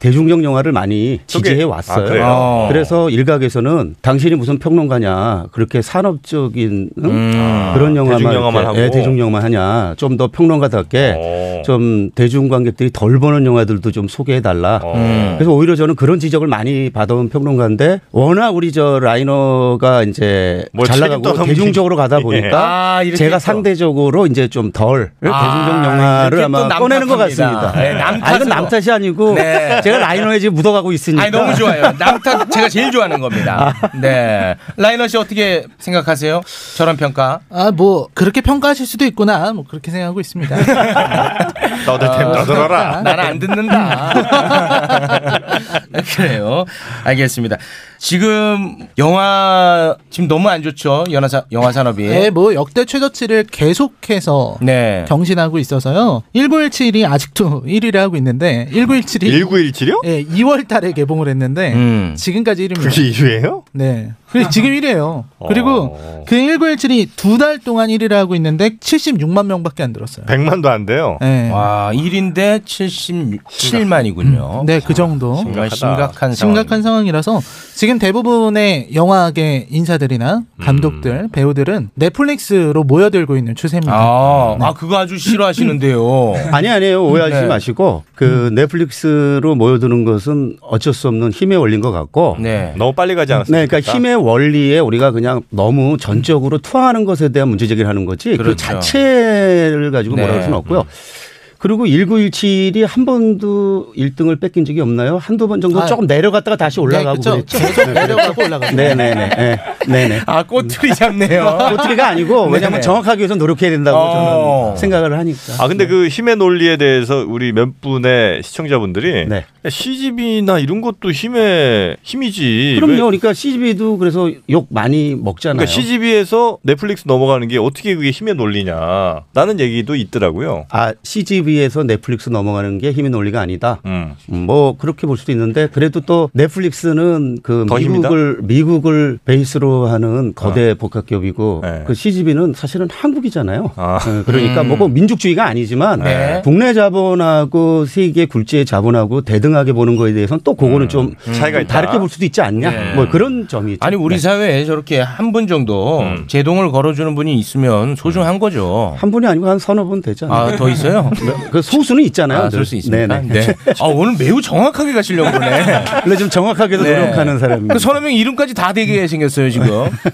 P: 대중적 영화를 많이
I: 소개-
P: 지지해 왔어요.
I: 아, 그래요? 어.
P: 그래서 일각에서는 당신이 무슨 평론가냐 그렇게 산업적인 응?
I: 음.
P: 그런 영화만
I: 대중 영화만
P: 이렇게,
I: 하고. 어,
P: 예, 대중 영화 하냐 좀 더 평론가답게
I: 음.
P: 좀 대중 관객들이 덜 보는 영화들도 좀 소개해 달라.
I: 음.
P: 그래서 오히려 저는 그런 지적을 많이 받아온 평론가인데 워낙 우리 저 라이너가 이제
I: 뭐
P: 잘
I: 책임
P: 나가고
I: 떠넘기기.
P: 대중적으로 가다
I: 예.
P: 보니까
I: 아, 이렇게
P: 그러니까 제가
I: 했죠.
P: 상대적으로 서로 이제 좀 덜
B: 아,
P: 대중적 영화를
L: 이게
P: 아마
L: 또
P: 꺼내는 것
L: 남탓입니다.
P: 같습니다.
L: 네, 남탓으로.
P: 아, 이건 남탓이 아니고
L: 네.
P: 제가 라이너에 지금 묻어가고 있으니까.
B: 아니 너무 좋아요. 남탓 제가 제일 좋아하는 겁니다. 네. 라이너 씨 어떻게 생각하세요? 저런 평가.
A: 아 뭐 그렇게 평가하실 수도 있구나 뭐 그렇게 생각하고 있습니다.
I: 너들
P: 아.
I: 템
A: 너들어라.
B: 나는 안 듣는다. 그래요. 알겠습니다. 지금 영화 지금 너무 안 좋죠. 영화 사- 영화 산업이.
A: 네, 뭐 역대 최저치를 계속해서
B: 네.
A: 경신하고 있어서요. 1917이 아직도 1위를 하고 있는데 1917이
I: 1917이요?
P: 네.
A: 예, 2월 달에 개봉을
B: 네.
A: 했는데
I: 음.
A: 지금까지 1위입니다.
I: 그게 1위예요?
A: 네. 그래 지금 1위예요.
P: 어,
A: 그리고 그 1917이 두 달 동안 1위를 하고 있는데 76만 명밖에 안 들었어요.
I: 100만도 안 돼요.
A: 네.
B: 와, 1인데 77만이군요.
A: 네, 그 정도.
B: 정말 심각한 상황.
A: 심각한 상황이라서 지금 대부분의 영화계 인사들이나
P: 음.
A: 감독들, 배우들은 넷플릭스로 모여들고 있는 추세입니다. 네.
B: 아, 아, 그거 아주 싫어하시는데요.
P: 아니 아니에요 오해하지
B: 네.
P: 마시고 그 넷플릭스로 모여드는 것은 어쩔 수 없는 힘의 원리인 것 같고
B: 네.
I: 너무 빨리 가지 않았습니까?
P: 네, 그러니까 힘의 원리에 우리가 그냥 너무 전적으로 투하하는 것에 대한 문제 제기를 하는 거지 그
I: 그렇죠.
P: 자체를 가지고 뭐라
I: 네.
P: 할 수는 없고요. 그리고 1917이 한 번도 1등을 뺏긴 적이 없나요? 한두 번 정도
A: 아.
P: 조금 내려갔다가 다시 올라가고
A: 그쵸.
P: 그랬죠. 네.
A: 계속 내려가고 올라가고.
P: 네네네. 네, 네네.
B: 아 꼬투리 잡네요.
P: 음. 꼬투리가 아니고 왜냐하면
I: 네네.
P: 정확하기 위해서 노력해야 된다고
I: 어.
P: 저는 생각을 하니까.
I: 아 근데 그 힘의 논리에 대해서 우리 몇 분의 시청자분들이
P: 네.
I: CGV나 이런 것도 힘의 힘이지.
P: 그럼요.
I: 왜-
P: 그러니까 CGV도 그래서 욕 많이 먹잖아요.
I: 그러니까 CGV에서 넷플릭스 넘어가는 게 어떻게 그게 힘의 논리냐. 라는 얘기도 있더라고요.
P: 아 CGV에서 넷플릭스 넘어가는 게 힘의 논리가 아니다. 음, 뭐 그렇게 볼 수도 있는데 그래도 또 넷플릭스는 그
I: 더 힘이다?
P: 미국을 미국을 베이스로 하는 거대 복합기업이고 그 CGV는 사실은 한국이잖아요. 어, 그러니까
I: 음.
P: 뭐뭐 민족주의가 아니지만
I: 네.
P: 국내 자본하고 세계 굴지의 자본하고 대등하게 보는 거에 대해서는 또
A: 음.
P: 그거는 좀
B: 차이가 있다.
P: 다르게 볼 수도 있지 않냐.
B: 네.
P: 뭐 그런 점이죠.
B: 아니 우리
P: 네.
B: 사회에 저렇게 한 분 정도 제동을 걸어주는 분이 있으면 소중한 거죠.
P: 한 분이 아니고 한 서너 분 되죠.
B: 아, 더 있어요?
P: 그 소수는 있잖아요.
B: 아, 그럴 수 있습니다. 네. 아, 오늘 매우 정확하게 가시려고 그러네.
P: 원래 좀 정확하게도 노력하는 사람입니다.
B: 그 서너 명 이름까지 다 되게 생겼어요, 지금.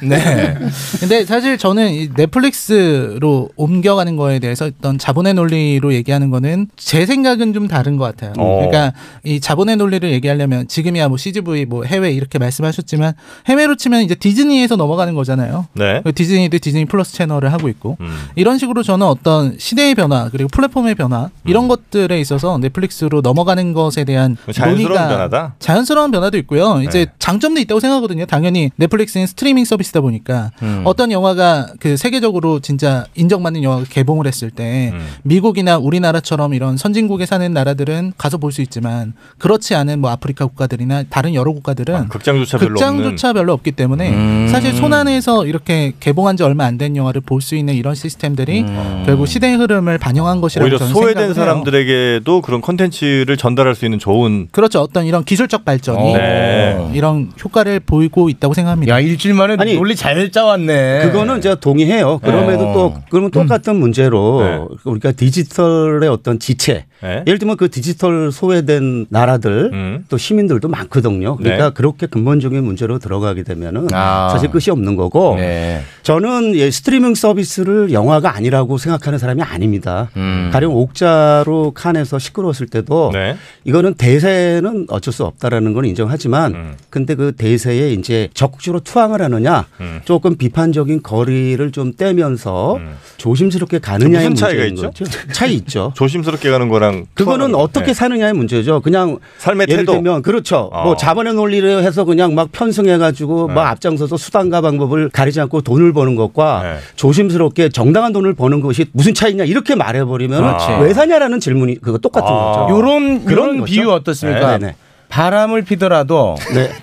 B: 네.
A: 근데 사실 저는 이 넷플릭스로 옮겨가는 거에 대해서 어떤 자본의 논리로 얘기하는 거는 제 생각은 좀 다른 것 같아요.
Q: 어.
A: 그러니까 이 자본의 논리를 얘기하려면 지금이야 뭐 CGV 뭐 해외 이렇게 말씀하셨지만 해외로 치면 이제 디즈니에서 넘어가는 거잖아요.
I: 네. 음.
A: 그 디즈니도 디즈니 플러스 채널을 하고 있고 이런 식으로 저는 어떤 시대의 변화 그리고 플랫폼의 변화 이런 것들에 있어서 넷플릭스로 넘어가는 것에 대한
I: 음. 그 자연스러운
A: 논의가
I: 변화다?
A: 자연스러운 변화도 있고요. 이제
I: 네.
A: 장점도 있다고 생각하거든요. 당연히 넷플릭스는 스트리밍 서비스다 보니까
I: 음.
A: 어떤 영화가 그 세계적으로 진짜 인정받는 영화가 개봉을 했을 때
I: 음.
A: 미국이나 우리나라처럼 이런 선진국에 사는 나라들은 가서 볼 수 있지만 그렇지 않은 뭐 아프리카 국가들이나 다른 여러 국가들은
I: 아, 극장조차 별로
A: 극장조차 별로 없기 때문에
I: 음.
A: 사실 손안에서 이렇게 개봉한 지 얼마 안 된 영화를 볼 수 있는 이런 시스템들이 결국 시대의 흐름을 반영한 것이라고
I: 음. 오히려
A: 저는
I: 소외된
A: 생각을 해요.
I: 사람들에게도 그런 컨텐츠를 전달할 수 있는 좋은
A: 그렇죠. 어떤 이런 기술적 발전이
I: 어. 네.
A: 이런 효과를 보이고 있다고 생각합니다.
B: 야, 일주일 만에 논리 잘 짜왔네.
P: 그거는 제가 동의해요. 그럼에도
A: 어.
P: 또 그러면 똑같은
I: 네.
P: 문제로 어, 그러니까 우리가 디지털의 어떤 지체, 예를 들면 그 디지털 소외된 나라들 또 시민들도 많거든요. 그러니까
I: 음. 네.
P: 그렇게 근본적인 문제로 들어가게 되면은
I: 아.
P: 그 사실 끝이 없는 거고.
B: 네.
P: 저는 예, 스트리밍 서비스를 영화가 아니라고 생각하는 사람이 아닙니다.
B: 음.
P: 가령 옥자로 칸에서 시끄러웠을 때도
I: 네.
P: 이거는 대세는 어쩔 수 없다라는 건 인정하지만 근데 그 대세에 이제 적극적으로 투항을 하느냐
I: 음.
P: 조금 비판적인 거리를 좀 떼면서 조심스럽게 가느냐의
I: 무슨 차이가
P: 문제인
I: 있죠?
P: 거죠. 차이 있죠.
I: 조심스럽게 가는 거랑
P: 그거는 어떻게
I: 네.
P: 사느냐의 문제죠. 그냥
I: 삶의
P: 예를
I: 태도.
P: 들면 그렇죠.
I: 어.
P: 뭐 자본의 논리를 해서 그냥 막 편승해가지고 막 앞장서서 수단과 방법을 가리지 않고 돈을 버는 것과
I: 네.
P: 조심스럽게 정당한 돈을 버는 것이 무슨 차이냐 이렇게 말해버리면
I: 아.
B: 그렇지.
P: 왜 사냐라는 질문이 그거 똑같은 거죠.
B: 요런 그런 비유 어떻습니까?
P: 네네.
B: 바람을 피더라도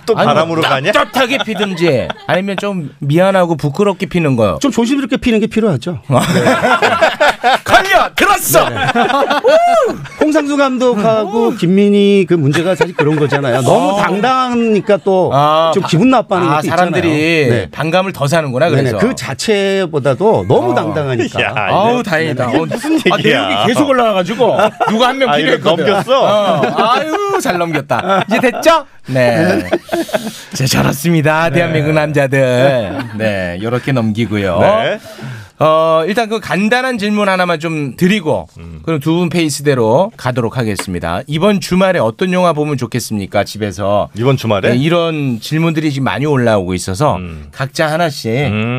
I: 또 바람으로 가냐?
B: 떳하게 피든지 아니면 좀 미안하고 부끄럽게 피는 거요.
P: 좀 조심스럽게 피는 게 필요하죠.
B: 네. 걸려 들었어.
P: 네, 홍상수
A: 음.
P: 감독하고 김민희 그 문제가 사실 그런 거잖아요. 너무
B: 어.
P: 당당하니까 또 좀 기분 나빠하는
B: 아,
P: 것도 있잖아요.
B: 사람들이
P: 네.
B: 반감을 더 사는구나
P: 네네,
B: 그래서. 아,
P: 그 자체보다도 너무 당당하니까.
B: 야, 아우 다행이다.
P: 네네.
B: 어, 아, 내용이 계속 올라와가지고 누가 한 명
P: 아, 이거
B: 필요했거든.
P: 넘겼어?
B: 어, 아유 잘 넘겼다. 이제 됐죠? 네. 제 잘했습니다. 대한민국 남자들. 네 이렇게 넘기고요.
I: 네.
B: 네, 어, 일단 그 간단한 질문 하나만 좀 드리고
P: 음.
B: 그럼 두 분 페이스대로 가도록 하겠습니다. 이번 주말에 어떤 영화 보면 좋겠습니까? 집에서
I: 이번 주말에
B: 네,
P: 네,
B: 이런 질문들이 지금 많이 올라오고 있어서
I: 음.
B: 각자 하나씩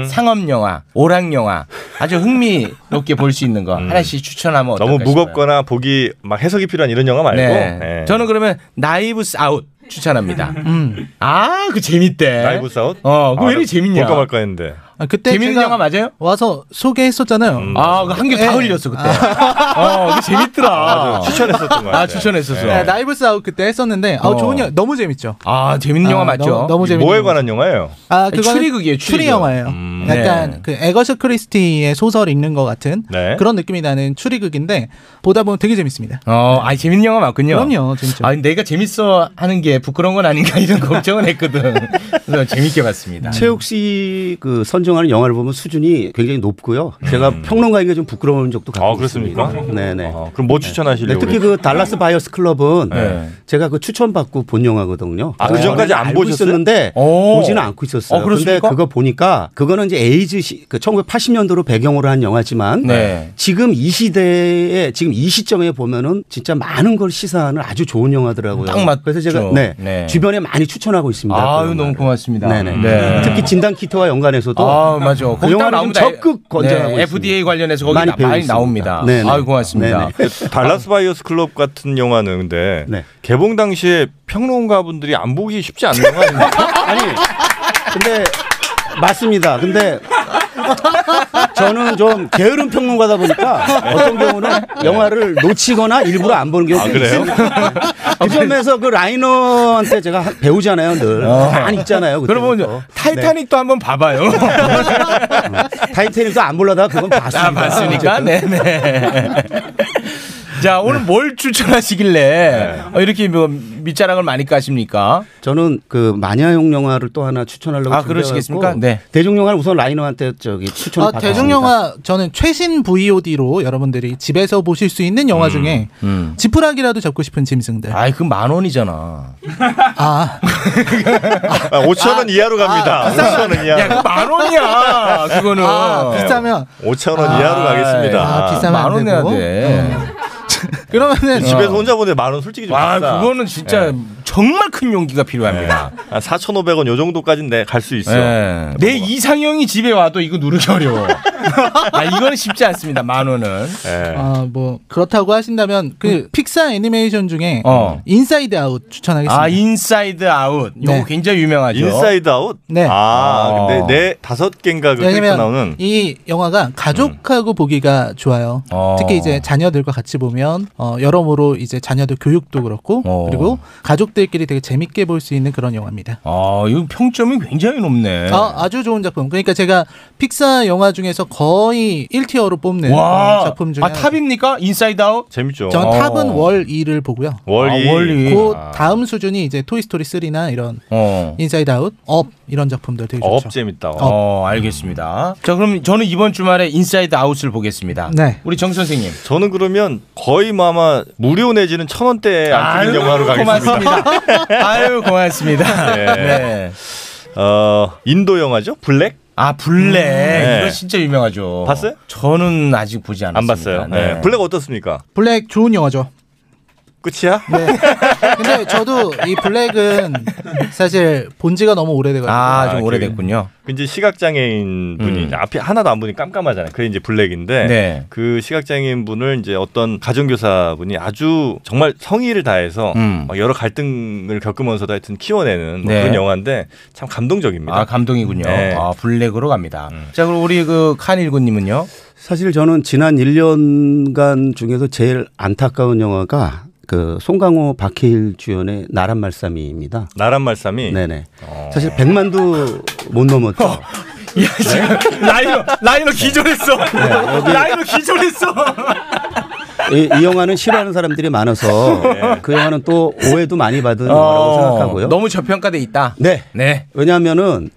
B: 상업 영화, 오락 영화 아주 흥미롭게 볼 수 있는 거 하나씩 추천하면 어떨까
I: 음. 너무
B: 싶어요.
I: 무겁거나 보기 막 해석이 필요한 이런 영화 말고
B: 네.
I: 네.
B: 저는 그러면 나이브스 아웃 추천합니다.
A: 음.
B: 아, 그 재밌대.
I: 라이브 네. 사웃?
B: 어, 그거 왜 이렇게
I: 아,
B: 재밌냐?
I: 볼까 말까 했는데.
A: 아, 그때
B: 재밌는
A: 제가
B: 영화 맞아요?
A: 와서 소개했었잖아요.
I: 음.
B: 아, 그 한겹
A: 네.
B: 다 흘렸어 그때.
A: 아.
B: 어, 그게 재밌더라.
I: 아, 추천했었던 거
B: 아, 추천했었어.
A: 네, 나이브스 아웃 그때 했었는데 아
B: 어.
A: 좋은 영화 너무 재밌죠.
B: 아, 재밌는
A: 아,
B: 영화 맞죠?
A: 너무- 너무 재밌는
I: 뭐에
A: 영화.
I: 관한 영화예요?
A: 아,
B: 아니,
A: 그거는
B: 추리극이에요,
A: 추리
B: 추리극.
A: 영화예요. 약간
B: 네.
A: 그 에거스 크리스티의 소설 읽는 것 같은
B: 네.
A: 그런 느낌이 나는 추리극인데 보다 보면 되게 재밌습니다.
B: 어, 아 재밌는 영화 맞군요.
A: 그럼요, 재밌죠.
B: 아, 내가 재밌어 하는 게 부끄러운 건 아닌가 이런 걱정은 했거든. 그래서 재밌게 봤습니다.
P: 최욱 씨 그 선정하는 영화를 보면 수준이 굉장히 높고요. 제가 평론가에게 좀 부끄러운 적도
B: 아,
P: 갖고
I: 아, 그렇습니까?
P: 있습니다. 네네.
I: 그럼 뭐
P: 네,
I: 추천하시려고?
P: 특히
I: 그래요?
P: 그 달라스 바이어스
A: 음.
P: 클럽은
I: 네.
P: 제가 그 추천받고 본 영화거든요.
I: 아, 그 전까지 안
P: 알고
I: 보셨어요?
P: 있었는데
I: 오.
P: 보지는 않고 있었어요.
I: 어,
P: 근데
I: 그렇습니까?
P: 그거 보니까 그거는 이제 에이즈 시, 그 1980년도로 배경으로 한 영화지만
B: 네.
P: 지금 이 시대에 지금 이 시점에 보면은 진짜 많은 걸 시사하는 아주 좋은 영화더라고요.
B: 딱 맞죠.
P: 그래서 제가 네,
B: 네.
P: 주변에 많이 추천하고 있습니다. 그
B: 아유,
P: 영화를.
B: 너무 고맙습니다.
P: 네네.
B: 네.
P: 특히 진단 키트와 연관해서도
B: 아, 맞아.
P: 그
B: 거기 따로
P: 영화를 좀
B: 나옵니다.
P: 적극 권장하고
B: 네,
P: 있습니다.
B: FDA 관련해서 거기
P: 많이
B: 많이, 많이
P: 배우겠습니다.
B: 나옵니다.
P: 네네.
B: 아유, 고맙습니다.
I: 그 달라스 바이어스 클럽 같은 영화는 근데
P: 네.
I: 개봉 당시에 평론가분들이 안 보기 쉽지 않은 영화 아닙니까?
P: 아니 근데 맞습니다. 근데 저는 좀 게으른 평론가다 보니까 어떤 경우는 영화를 놓치거나 일부러 안 보는 경우가
I: 아, 그래요?
P: 있습니다. 그 점에서 그 라이너한테 제가 하- 배우잖아요, 늘.
B: 어.
P: 많이 있잖아요. 그러면
I: 네.
B: 타이타닉도 한번 봐봐요.
P: 타이타닉도 안 보려다가 그건 봤습니다.
B: 아, 봤습니까?
P: 어쨌든.
B: 네네. 자,
I: 네.
B: 오늘 뭘 추천하시길래 어, 이렇게 뭐 밑자락을 많이 까십니까?
A: 아,
P: 저는 그 마녀용 영화를 또 하나 추천하려고
B: 아, 그러시겠습니까?
P: 준비해갖고
B: 네.
P: 대중 영화를 우선 라이너한테 저기 추천을
A: 아,
P: 받았습니다.
A: 대중 영화 저는 최신 VOD로 여러분들이 집에서 보실 수 있는
I: 음,
A: 영화 중에 지푸라기라도 잡고 싶은 짐승들.
B: 아이 그 만 원이잖아.
A: 아,
I: 5천 아,
P: 아,
I: 원 이하로 갑니다. 5천 원 이하.
B: 그 만 원이야. 그거는.
A: 아, 비싸면
B: 그-
I: 5천 원 이하로 가겠습니다.
A: 아, 비싸면 안
I: 만원
A: 되고. 네. 그러면은
B: 어.
I: 집에서 혼자 보는데 만 원 솔직히 좀
B: 아,
I: 비싸.
B: 그거는 진짜
I: 네.
B: 정말 큰 용기가 필요합니다.
I: 한 4,500원 아, 요 정도까지인데 갈 수 있어.
B: 네. 내
I: 뭐.
B: 이상형이 집에 와도 이거 누르기 어려워. 아, 이거는 쉽지 않습니다. 만 원은.
I: 네.
A: 아, 뭐 그렇다고 하신다면 그
P: 음.
A: 픽사 애니메이션 중에
B: 어.
A: 인사이드 아웃 추천하겠습니다.
B: 아, 인사이드 아웃. 이거
A: 네.
B: 굉장히 유명하죠.
I: 인사이드 아웃?
A: 네.
I: 아,
B: 어.
I: 근데 내 다섯 개인가 그 캐릭터
A: 왜냐면
I: 나오는
A: 이 영화가
P: 음.
A: 가족하고 보기가 좋아요.
I: 어.
A: 특히 이제 자녀들과 같이 보면 어, 여러모로 이제 자녀들 교육도 그렇고
B: 어.
A: 그리고 가족들끼리 되게 재밌게 볼 수 있는 그런 영화입니다.
B: 아, 이거 평점이 굉장히 높네.
A: 아, 아주 좋은 작품. 그러니까 제가 픽사 영화 중에서 거의 네. 1티어로 뽑는
B: 와.
A: 그런 작품 중에
B: 아, 탑입니까? 인사이드 아웃? 어.
I: 재밌죠.
A: 전 탑은 월 2를 보고요.
I: 월 아, 이. 월 이.
A: 그
I: 아.
A: 다음 수준이 이제 토이 스토리 3나 이런
B: 어.
A: 인사이드 아웃, 업 이런 작품들 되게 좋죠.
I: 업 재밌다. 업.
B: 어, 알겠습니다. 자, 그럼 저는 이번 주말에 인사이드 아웃을 보겠습니다.
A: 네.
B: 우리 정 선생님.
I: 저는 그러면 거의 뭐 아마 무료 내지는 천 원대에 안
B: 아유,
I: 찍는 영화로 가겠습니다.
B: 고맙습니다. 아유, 고맙습니다. 네.
I: 어, 인도 영화죠? 블랙?
B: 아, 블랙.
I: 네.
B: 이거 진짜 유명하죠.
I: 봤어요?
B: 저는 아직 보지 않았습니다.
I: 안 봤어요. 네.
B: 네.
I: 블랙 어떻습니까?
A: 블랙 좋은 영화죠.
I: 끝이야?
A: 근데 저도 이 블랙은 사실 본 지가 너무 오래돼가지고
B: 아,
I: 그, 그 이제 시각장애인 분이 이제 앞이 하나도 안 보니 깜깜하잖아요. 그게 이제 블랙인데
B: 음. 네.
I: 그 시각장애인 분을 이제 어떤 가정교사 분이 아주 정말 성의를 다해서
B: 음.
I: 막 여러 갈등을 겪으면서도 하여튼 키워내는 뭐
B: 네.
I: 그런 영화인데 참 감동적입니다.
B: 아, 감동이군요.
I: 네. 음.
B: 아, 블랙으로 갑니다. 자, 그럼 우리 그 칸일구님은요?
P: 사실 저는 지난 1년간 중에서 제일 안타까운 영화가 그 송강호 박해일 주연의 나란 말싸미입니다.
I: 나란 말씀이
P: 네네. 사실 100만도 못 넘었죠.
I: 네.
B: 라이너, 라이너 기절했어. 라이너 기절했어.
P: 이, 이 영화는 싫어하는 사람들이 많아서 그 영화는 또 오해도 많이 받은 영화라고
B: 네. 어,
P: 생각하고요.
B: 너무 저평가돼 있다.
P: 네.
B: 네.
P: 왜냐하면은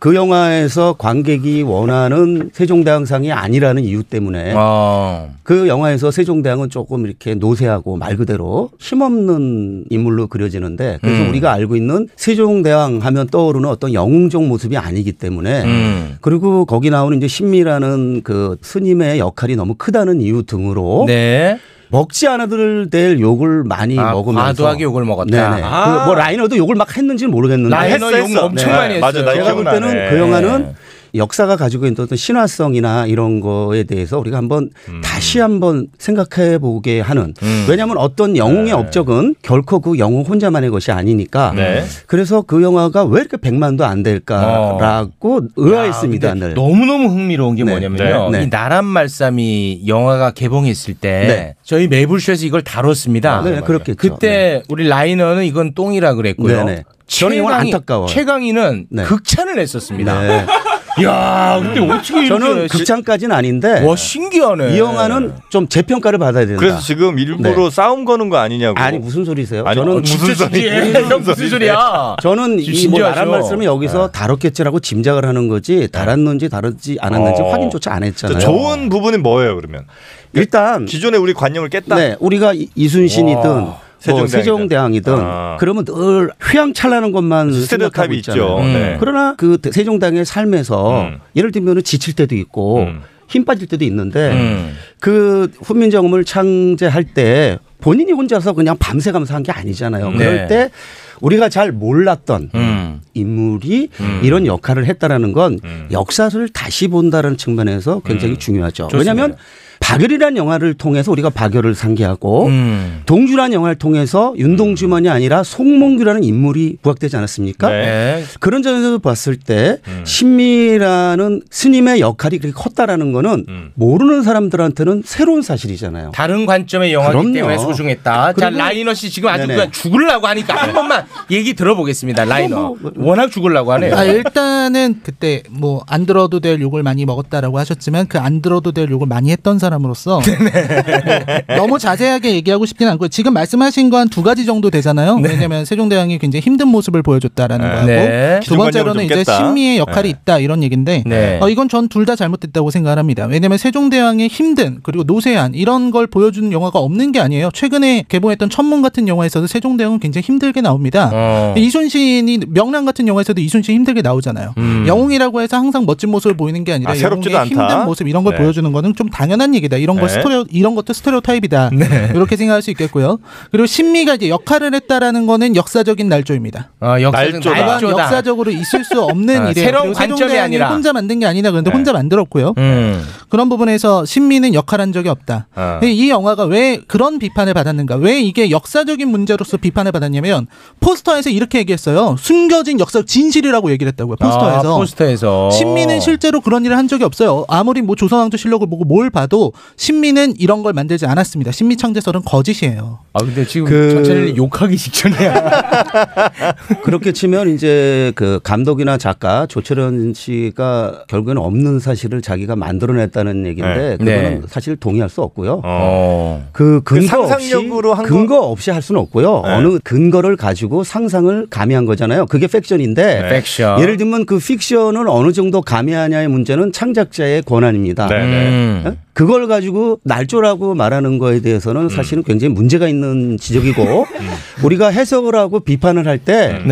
P: 그 영화에서 관객이 원하는 세종대왕상이 아니라는 이유
I: 네.
P: 때문에
B: 어.
P: 그 영화에서 세종대왕은 조금 이렇게 노쇠하고 말 그대로 힘없는 인물로 그려지는데 그래서
Q: 음.
P: 우리가 알고 있는 세종대왕 하면 떠오르는 어떤 영웅적 모습이 아니기 때문에
B: 네.
Q: 음.
P: 그리고 거기 나오는 이제 신미라는 그 스님의 역할이 너무 크다는 이유 등으로
B: 네.
P: 먹지 않아도 될 욕을 많이
B: 아,
P: 먹으면서
B: 과도하게 욕을 먹었다.
P: 네네.
B: 아.
P: 그뭐 라이너도 욕을 막 했는지는 모르겠는데
B: 라이너 욕 했어, 엄청
P: 네,
B: 했어. 많이 했어요. 맞아, 나
P: 제가 볼 때는
B: 기억나네.
P: 그 영화는 역사가 가지고 있는 어떤 신화성이나 이런 거에 대해서 우리가 한번 다시 한번 생각해 보게 하는 왜냐하면 어떤 영웅의 업적은 결코 그 영웅 혼자만의 것이 아니니까
B: 네.
P: 그래서 그 영화가 왜 이렇게 백만도 안 될까라고 의아했습니다. 늘.
B: 어. 너무너무 흥미로운 게
P: 네.
B: 뭐냐면요.
P: 네.
B: 이 나란 말싸미 영화가 개봉했을 때
P: 네.
B: 저희 매불쇼에서 이걸 다뤘습니다.
P: 아, 네, 그렇겠죠.
B: 그때 우리 라이너는 이건 똥이라 그랬고요.
P: 네, 네. 저는 이건
B: 최강희-
P: 안타까워요.
B: 최강희는
P: 네.
B: 극찬을 했었습니다.
P: 네.
B: 야, 근데 어떻게 이렇게
P: 저는 극장까지는 아닌데
B: 와, 신기하네.
P: 이 영화는 좀 재평가를 받아야 된다.
I: 그래서 지금 일부러 싸움 거는 거 아니냐고. 아니
P: 네.
I: 어,
P: 무슨 소리세요?
I: 저는
P: 무슨 소리예요?
B: 형 무슨 소리야?
P: 저는 이뭐
B: 진지하죠.
P: 나란 말씀을 여기서 다뤘겠지라고 짐작을 하는 거지 다뤘는지 다뤘지 않았는지
I: 어.
P: 확인조차 안 했잖아요.
I: 좋은 부분은 뭐예요 그러면?
P: 일단
I: 기존에 우리 관념을 깼다.
P: 네, 우리가 이- 이순신이든
I: 와,
P: 뭐
I: 세종대왕이든.
P: 세종대왕이든
I: 아.
P: 그러면 늘 휘황찬란한 것만 생각하고
I: 스테레오타입이
P: 있잖아요.
I: 있죠. 네.
B: 음.
I: 음.
P: 그러나 그 대- 세종대왕의 삶에서 예를 들면 지칠 때도 있고 힘 빠질 때도 있는데
Q: 음.
P: 그 훈민정음을 창제할 때 본인이 혼자서 그냥 밤새 가면서 한 게
I: 음.
P: 아니잖아요. 그럴
Q: 네.
P: 때 우리가 잘 몰랐던
Q: 음.
P: 인물이
I: 음.
P: 이런 역할을 했다라는 건 역사를 다시 본다는 측면에서
I: 음.
P: 굉장히 중요하죠.
Q: 좋습니다.
P: 그렇죠. 왜냐하면 박열이라는 영화를 통해서 우리가 박열을 상기하고
Q: 음.
P: 동주라는 영화를 통해서 윤동주만이 아니라 송몽규라는 인물이 부각되지 않았습니까?
B: 네.
P: 그런 점에서 봤을 때
A: 음.
P: 신미라는 스님의 역할이 그렇게 컸다라는 거는 모르는 사람들한테는 새로운 사실이잖아요.
B: 다른 관점의 영화기
P: 그럼요.
B: 때문에 소중했다. 자
P: 그리고-
B: 라이너 씨 지금 아주
P: 네네.
B: 그냥 죽으려고 하니까
A: 네.
B: 한 번만 얘기 들어보겠습니다. 라이너 워낙 죽으려고 하네요.
A: 뭐, 아, 일단은 그때 뭐 안 들어도 될 욕을 많이 먹었다라고 하셨지만 그 안 들어도 될 욕을 많이 했던 사람으로서 뭐 너무 자세하게 얘기하고 싶진 않고 지금 말씀하신 건 두 가지 정도 되잖아요. 왜냐하면 세종대왕이 굉장히 힘든 모습을 보여줬다라는 거고
Q: 네.
A: 두 번째로는
Q: 기존 관념을 좀
A: 이제
Q: 깼다.
A: 신미의 역할이
Q: 네.
A: 있다 이런 얘기인데
Q: 네.
A: 어, 이건 전 둘 다 잘못됐다고 생각합니다. 왜냐하면 세종대왕의 힘든 그리고 노쇠한 이런 걸 보여주는 영화가 없는 게 아니에요. 최근에 개봉했던 천문 같은 영화에서도 세종대왕은 굉장히 힘들게 나옵니다.
Q: 어.
A: 이순신이 명랑 같은 영화에서도 이순신 힘들게 나오잖아요.
Q: 음.
A: 영웅이라고 해서 항상 멋진 모습을 보이는 게 아니라
Q: 아, 새롭지도
A: 영웅의
Q: 않다.
A: 힘든 모습 이런 걸
Q: 네.
A: 보여주는 거는 좀 당연한 얘기다. 이런 걸
Q: 네.
A: 스토레오 이런 것도 스테레오타입이다.
Q: 네.
A: 이렇게 생각할 수 있겠고요. 그리고 신미가 이제 역할을 했다라는 거는 역사적인 날조입니다.
B: 어, 역사적
A: 날조다.
B: 날조다.
A: 역사적으로 있을 수 없는
B: 아,
A: 일이에요.
B: 새로운
A: 그리고
B: 관점이
A: 세종대왕이
B: 아니라.
A: 혼자 만든 게 아니다. 그런데 혼자 만들었고요.
B: 음.
A: 그런 부분에서 신미는 역할한 적이 없다.
Q: 어.
A: 근데 예, 이 영화가 왜 그런 비판을 받았는가? 왜 이게 역사적인 문제로서 비판을 받았냐면 포스터에서 이렇게 얘기했어요. 숨겨진 역사 진실이라고 얘기를 했다고요. 포스터에서.
B: 아, 포스터에서
A: 신미는 실제로 그런 일을 한 적이 없어요. 아무리 뭐 조선왕조 실록을 보고 뭘 봐도 신미는 이런 걸 만들지 않았습니다. 신미 창제설은 거짓이에요.
B: 아 근데 지금
A: 그
B: 전체를 욕하기 직전이야.
P: 그렇게 치면 이제 그 감독이나 작가 조철현 씨가 결국에는 없는 사실을 자기가 만들어냈다는 얘기인데
Q: 네.
P: 그거는
Q: 네.
P: 사실 동의할 수 없고요.
B: 어.
P: 그
Q: 그
P: 근거 없이
Q: 상상력으로 한 거-
P: 근거 없이 할 수는 없고요.
I: 네.
P: 어느 근거를 가지고 뭐 상상을 가미한 거잖아요. 그게 팩션인데
B: 네. 팩션.
P: 예를 들면 그 픽션을 어느 정도 가미하냐의 문제는 창작자의 권한입니다.
B: 네, 네.
P: 예?
A: 음.
P: 그걸 가지고 날조라고 말하는 거에
B: 음.
P: 대해서는 사실은 굉장히 문제가 있는 지적이고 우리가 해석을 하고 비판을 할 때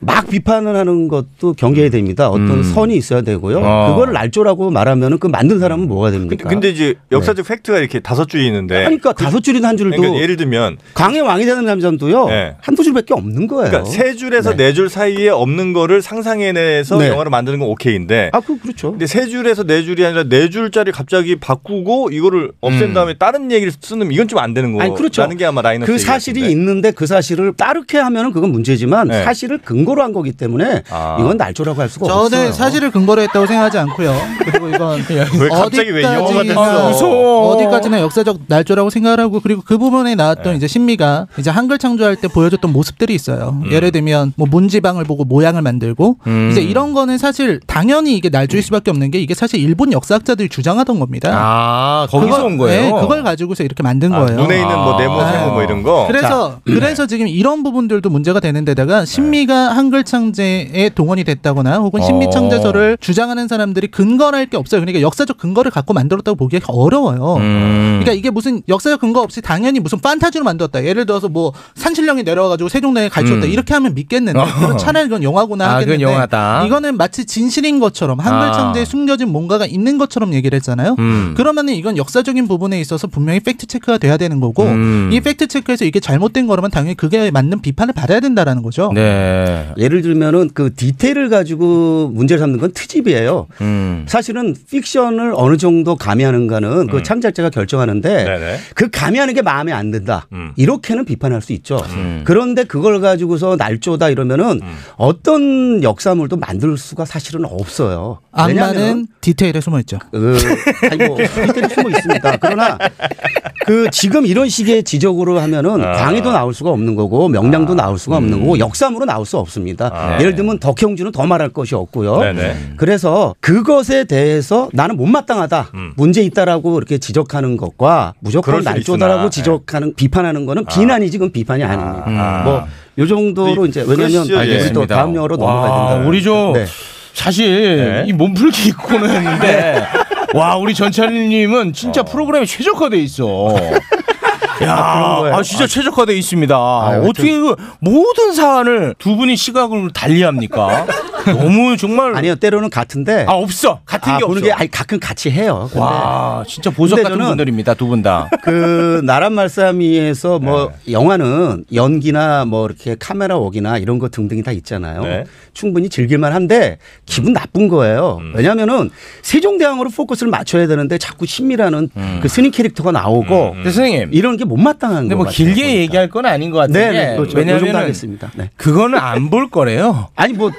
P: 막
B: 네.
P: 비판을 하는 것도 경계해야 됩니다. 어떤 선이 있어야 되고요.
I: 어.
P: 그걸 날조라고 말하면 그 만든 사람은 뭐가 됩니까?
I: 근데 이제 역사적 팩트가 이렇게 다섯 줄이
B: 네.
I: 있는데.
P: 그러니까 다섯 줄이나 한 줄도
I: 그러니까 예를 들면
P: 강의 왕이 되는 남자도요
I: 네.
P: 한두 줄밖에 없는 거예요.
I: 그러니까 세 줄에서
P: 네.
I: 네 줄 사이에 없는 거를 상상해내서
P: 네.
I: 영화를 만드는 건 오케이인데.
P: 아, 그 그렇죠.
I: 근데 세 줄에서 네 줄이 아니라 네 줄짜리 갑자기 바꾸고 이거를 없앤
P: 음.
I: 다음에 다른 얘기를 쓰는 이건 좀 안 되는 뭐 거라는
P: 아니 그렇죠.
I: 게 아마 라이너스
P: 그
I: 얘기
P: 사실이
I: 같은데.
P: 있는데 그 사실을 따르게 하면은 그건 문제지만
I: 네.
P: 사실을 근거로 한 거기 때문에 이건 날조라고 할 수가
A: 저는
P: 없어요.
A: 사실을 근거로 했다고 생각하지 않고요. 그리고 이건
P: 왜 갑자기 왜 영화가 됐어? 무서워.
A: 어디까지나 역사적 날조라고 생각을 하고 그리고 그 부분에 나왔던 이제 신미가 이제 한글 창조할 때 보여줬던 모습들이 있어요. 예를 들면 뭐 문지방을 보고 모양을 만들고
Q: 음.
A: 이제 이런 거는 사실 당연히 이게 날조일 수밖에 없는 게 이게 사실 일본 역사학자들이 주장하던 겁니다.
B: 아, 거기서
A: 그거-
B: 온 거예요?
A: 네, 그걸 가지고서 이렇게 만든
B: 아,
A: 거예요.
B: 눈에 있는 뭐 네모, 세모 뭐 이런 거?
A: 그래서
B: 자, 네.
A: 그래서 지금 이런 부분들도 문제가 되는 데다가 신미가 한글 창제에 동원이 됐다거나 혹은 신미
B: 어.
A: 창제설을 주장하는 사람들이 근거할 게 없어요. 그러니까 역사적 근거를 갖고 만들었다고 보기가 어려워요.
B: 음.
P: 음.
A: 그러니까 이게 무슨 역사적 근거 없이 당연히 무슨 판타지로 만들었다. 예를 들어서 뭐 산신령이 내려와가지고 세종대왕에 가르쳤다.
B: 음.
A: 이렇게 하면 믿겠는데
B: 어.
A: 그건 차라리 이건 영화구나
B: 아, 그건
A: 하겠는데
B: 영화다.
A: 이거는 마치 진실인 것처럼 한글
B: 아.
A: 창제에 숨겨진 뭔가가 있는 것처럼 얘기를 했잖아요.
B: 음.
A: 그러면은 이건 역사적인 부분에 있어서 분명히 팩트 체크가 돼야 되는 거고
B: 음.
A: 이 팩트 체크에서 이게 잘못된 거라면 당연히 그게 맞는 비판을 받아야 된다라는
P: 그
A: 거죠.
B: 네.
P: 예를 들면은 그 디테일을 가지고 문제를 삼는 건 트집이에요. 음. 사실은 픽션을 어느 정도 가미하는가는 그 창작자가 결정하는데 그 가미하는 게 마음에 안 든다. 이렇게는 비판할 수 있죠. 그런데 그걸 가지고서 날조다 이러면은 어떤 역사물도 만들 수가 사실은 없어요.
A: 악마는 디테일에 숨어 있죠.
P: 아니 뭐 밑에도 숨어 있습니다. 그러나 그 지금 이런 식의 지적으로 하면은 광해도 나올 수가 없는 거고 명량도 나올 수가 없는 거고 역사물로 나올 수 없습니다.
B: 아.
P: 예를 들면 덕형주는 더 말할 것이 없고요.
B: 네네.
P: 그래서 그것에 대해서 나는 못마땅하다, 문제 있다라고 이렇게 지적하는 것과 무조건
B: 그럴 수도 있으나.
P: 날조다라고 지적하는
I: 네.
P: 비판하는
I: 아.
P: 거는 비난이 지금 비판이 아닙니다. 뭐. 요 정도로 이제 왜냐면
B: 그러시죠.
I: 예.
P: 우리 또
B: 아, 예. 알겠습니다.
P: 다음 영화로 넘어가야
B: 와,
P: 된다. 네.
B: 우리 저 사실 이 몸풀기
P: 네.
B: 코너였는데 와 우리 전찬일님은 진짜
P: 어.
B: 프로그램에 최적화돼 있어. 야, 아, 진짜 최적화돼 있습니다.
P: 아,
B: 어떻게 그 모든 사안을 두 분이 시각을 달리합니까? 너무 정말
P: 아니요 때로는 같은데
B: 아 없어 같은
P: 아,
B: 게
P: 보는
B: 없어.
P: 게 아니 가끔 같이 해요. 근데
B: 와 진짜 보석
P: 근데
B: 같은
P: 저는
B: 분들입니다 두 분 다.
P: 그 나란 말싸미에서 뭐
I: 네.
P: 영화는 연기나 뭐 이렇게 카메라 웍이나 이런 거 등등이 다 있잖아요.
I: 네.
P: 충분히 즐길만 한데 네, 기분 나쁜 거예요. 왜냐면은 세종대왕으로 포커스를 맞춰야 되는데 자꾸 신미라는 그 스님 캐릭터가 나오고
B: 근데 네, 선생님
P: 이런 게 못마땅한
B: 근데
P: 거예요.
B: 뭐 길게 얘기할 건 아닌 것 같은데
P: 네, 네. 그렇죠. 요 정도
B: 왜냐하면
P: 하겠습니다. 네.
B: 그거는 안 볼 거래요.
P: 아니 뭐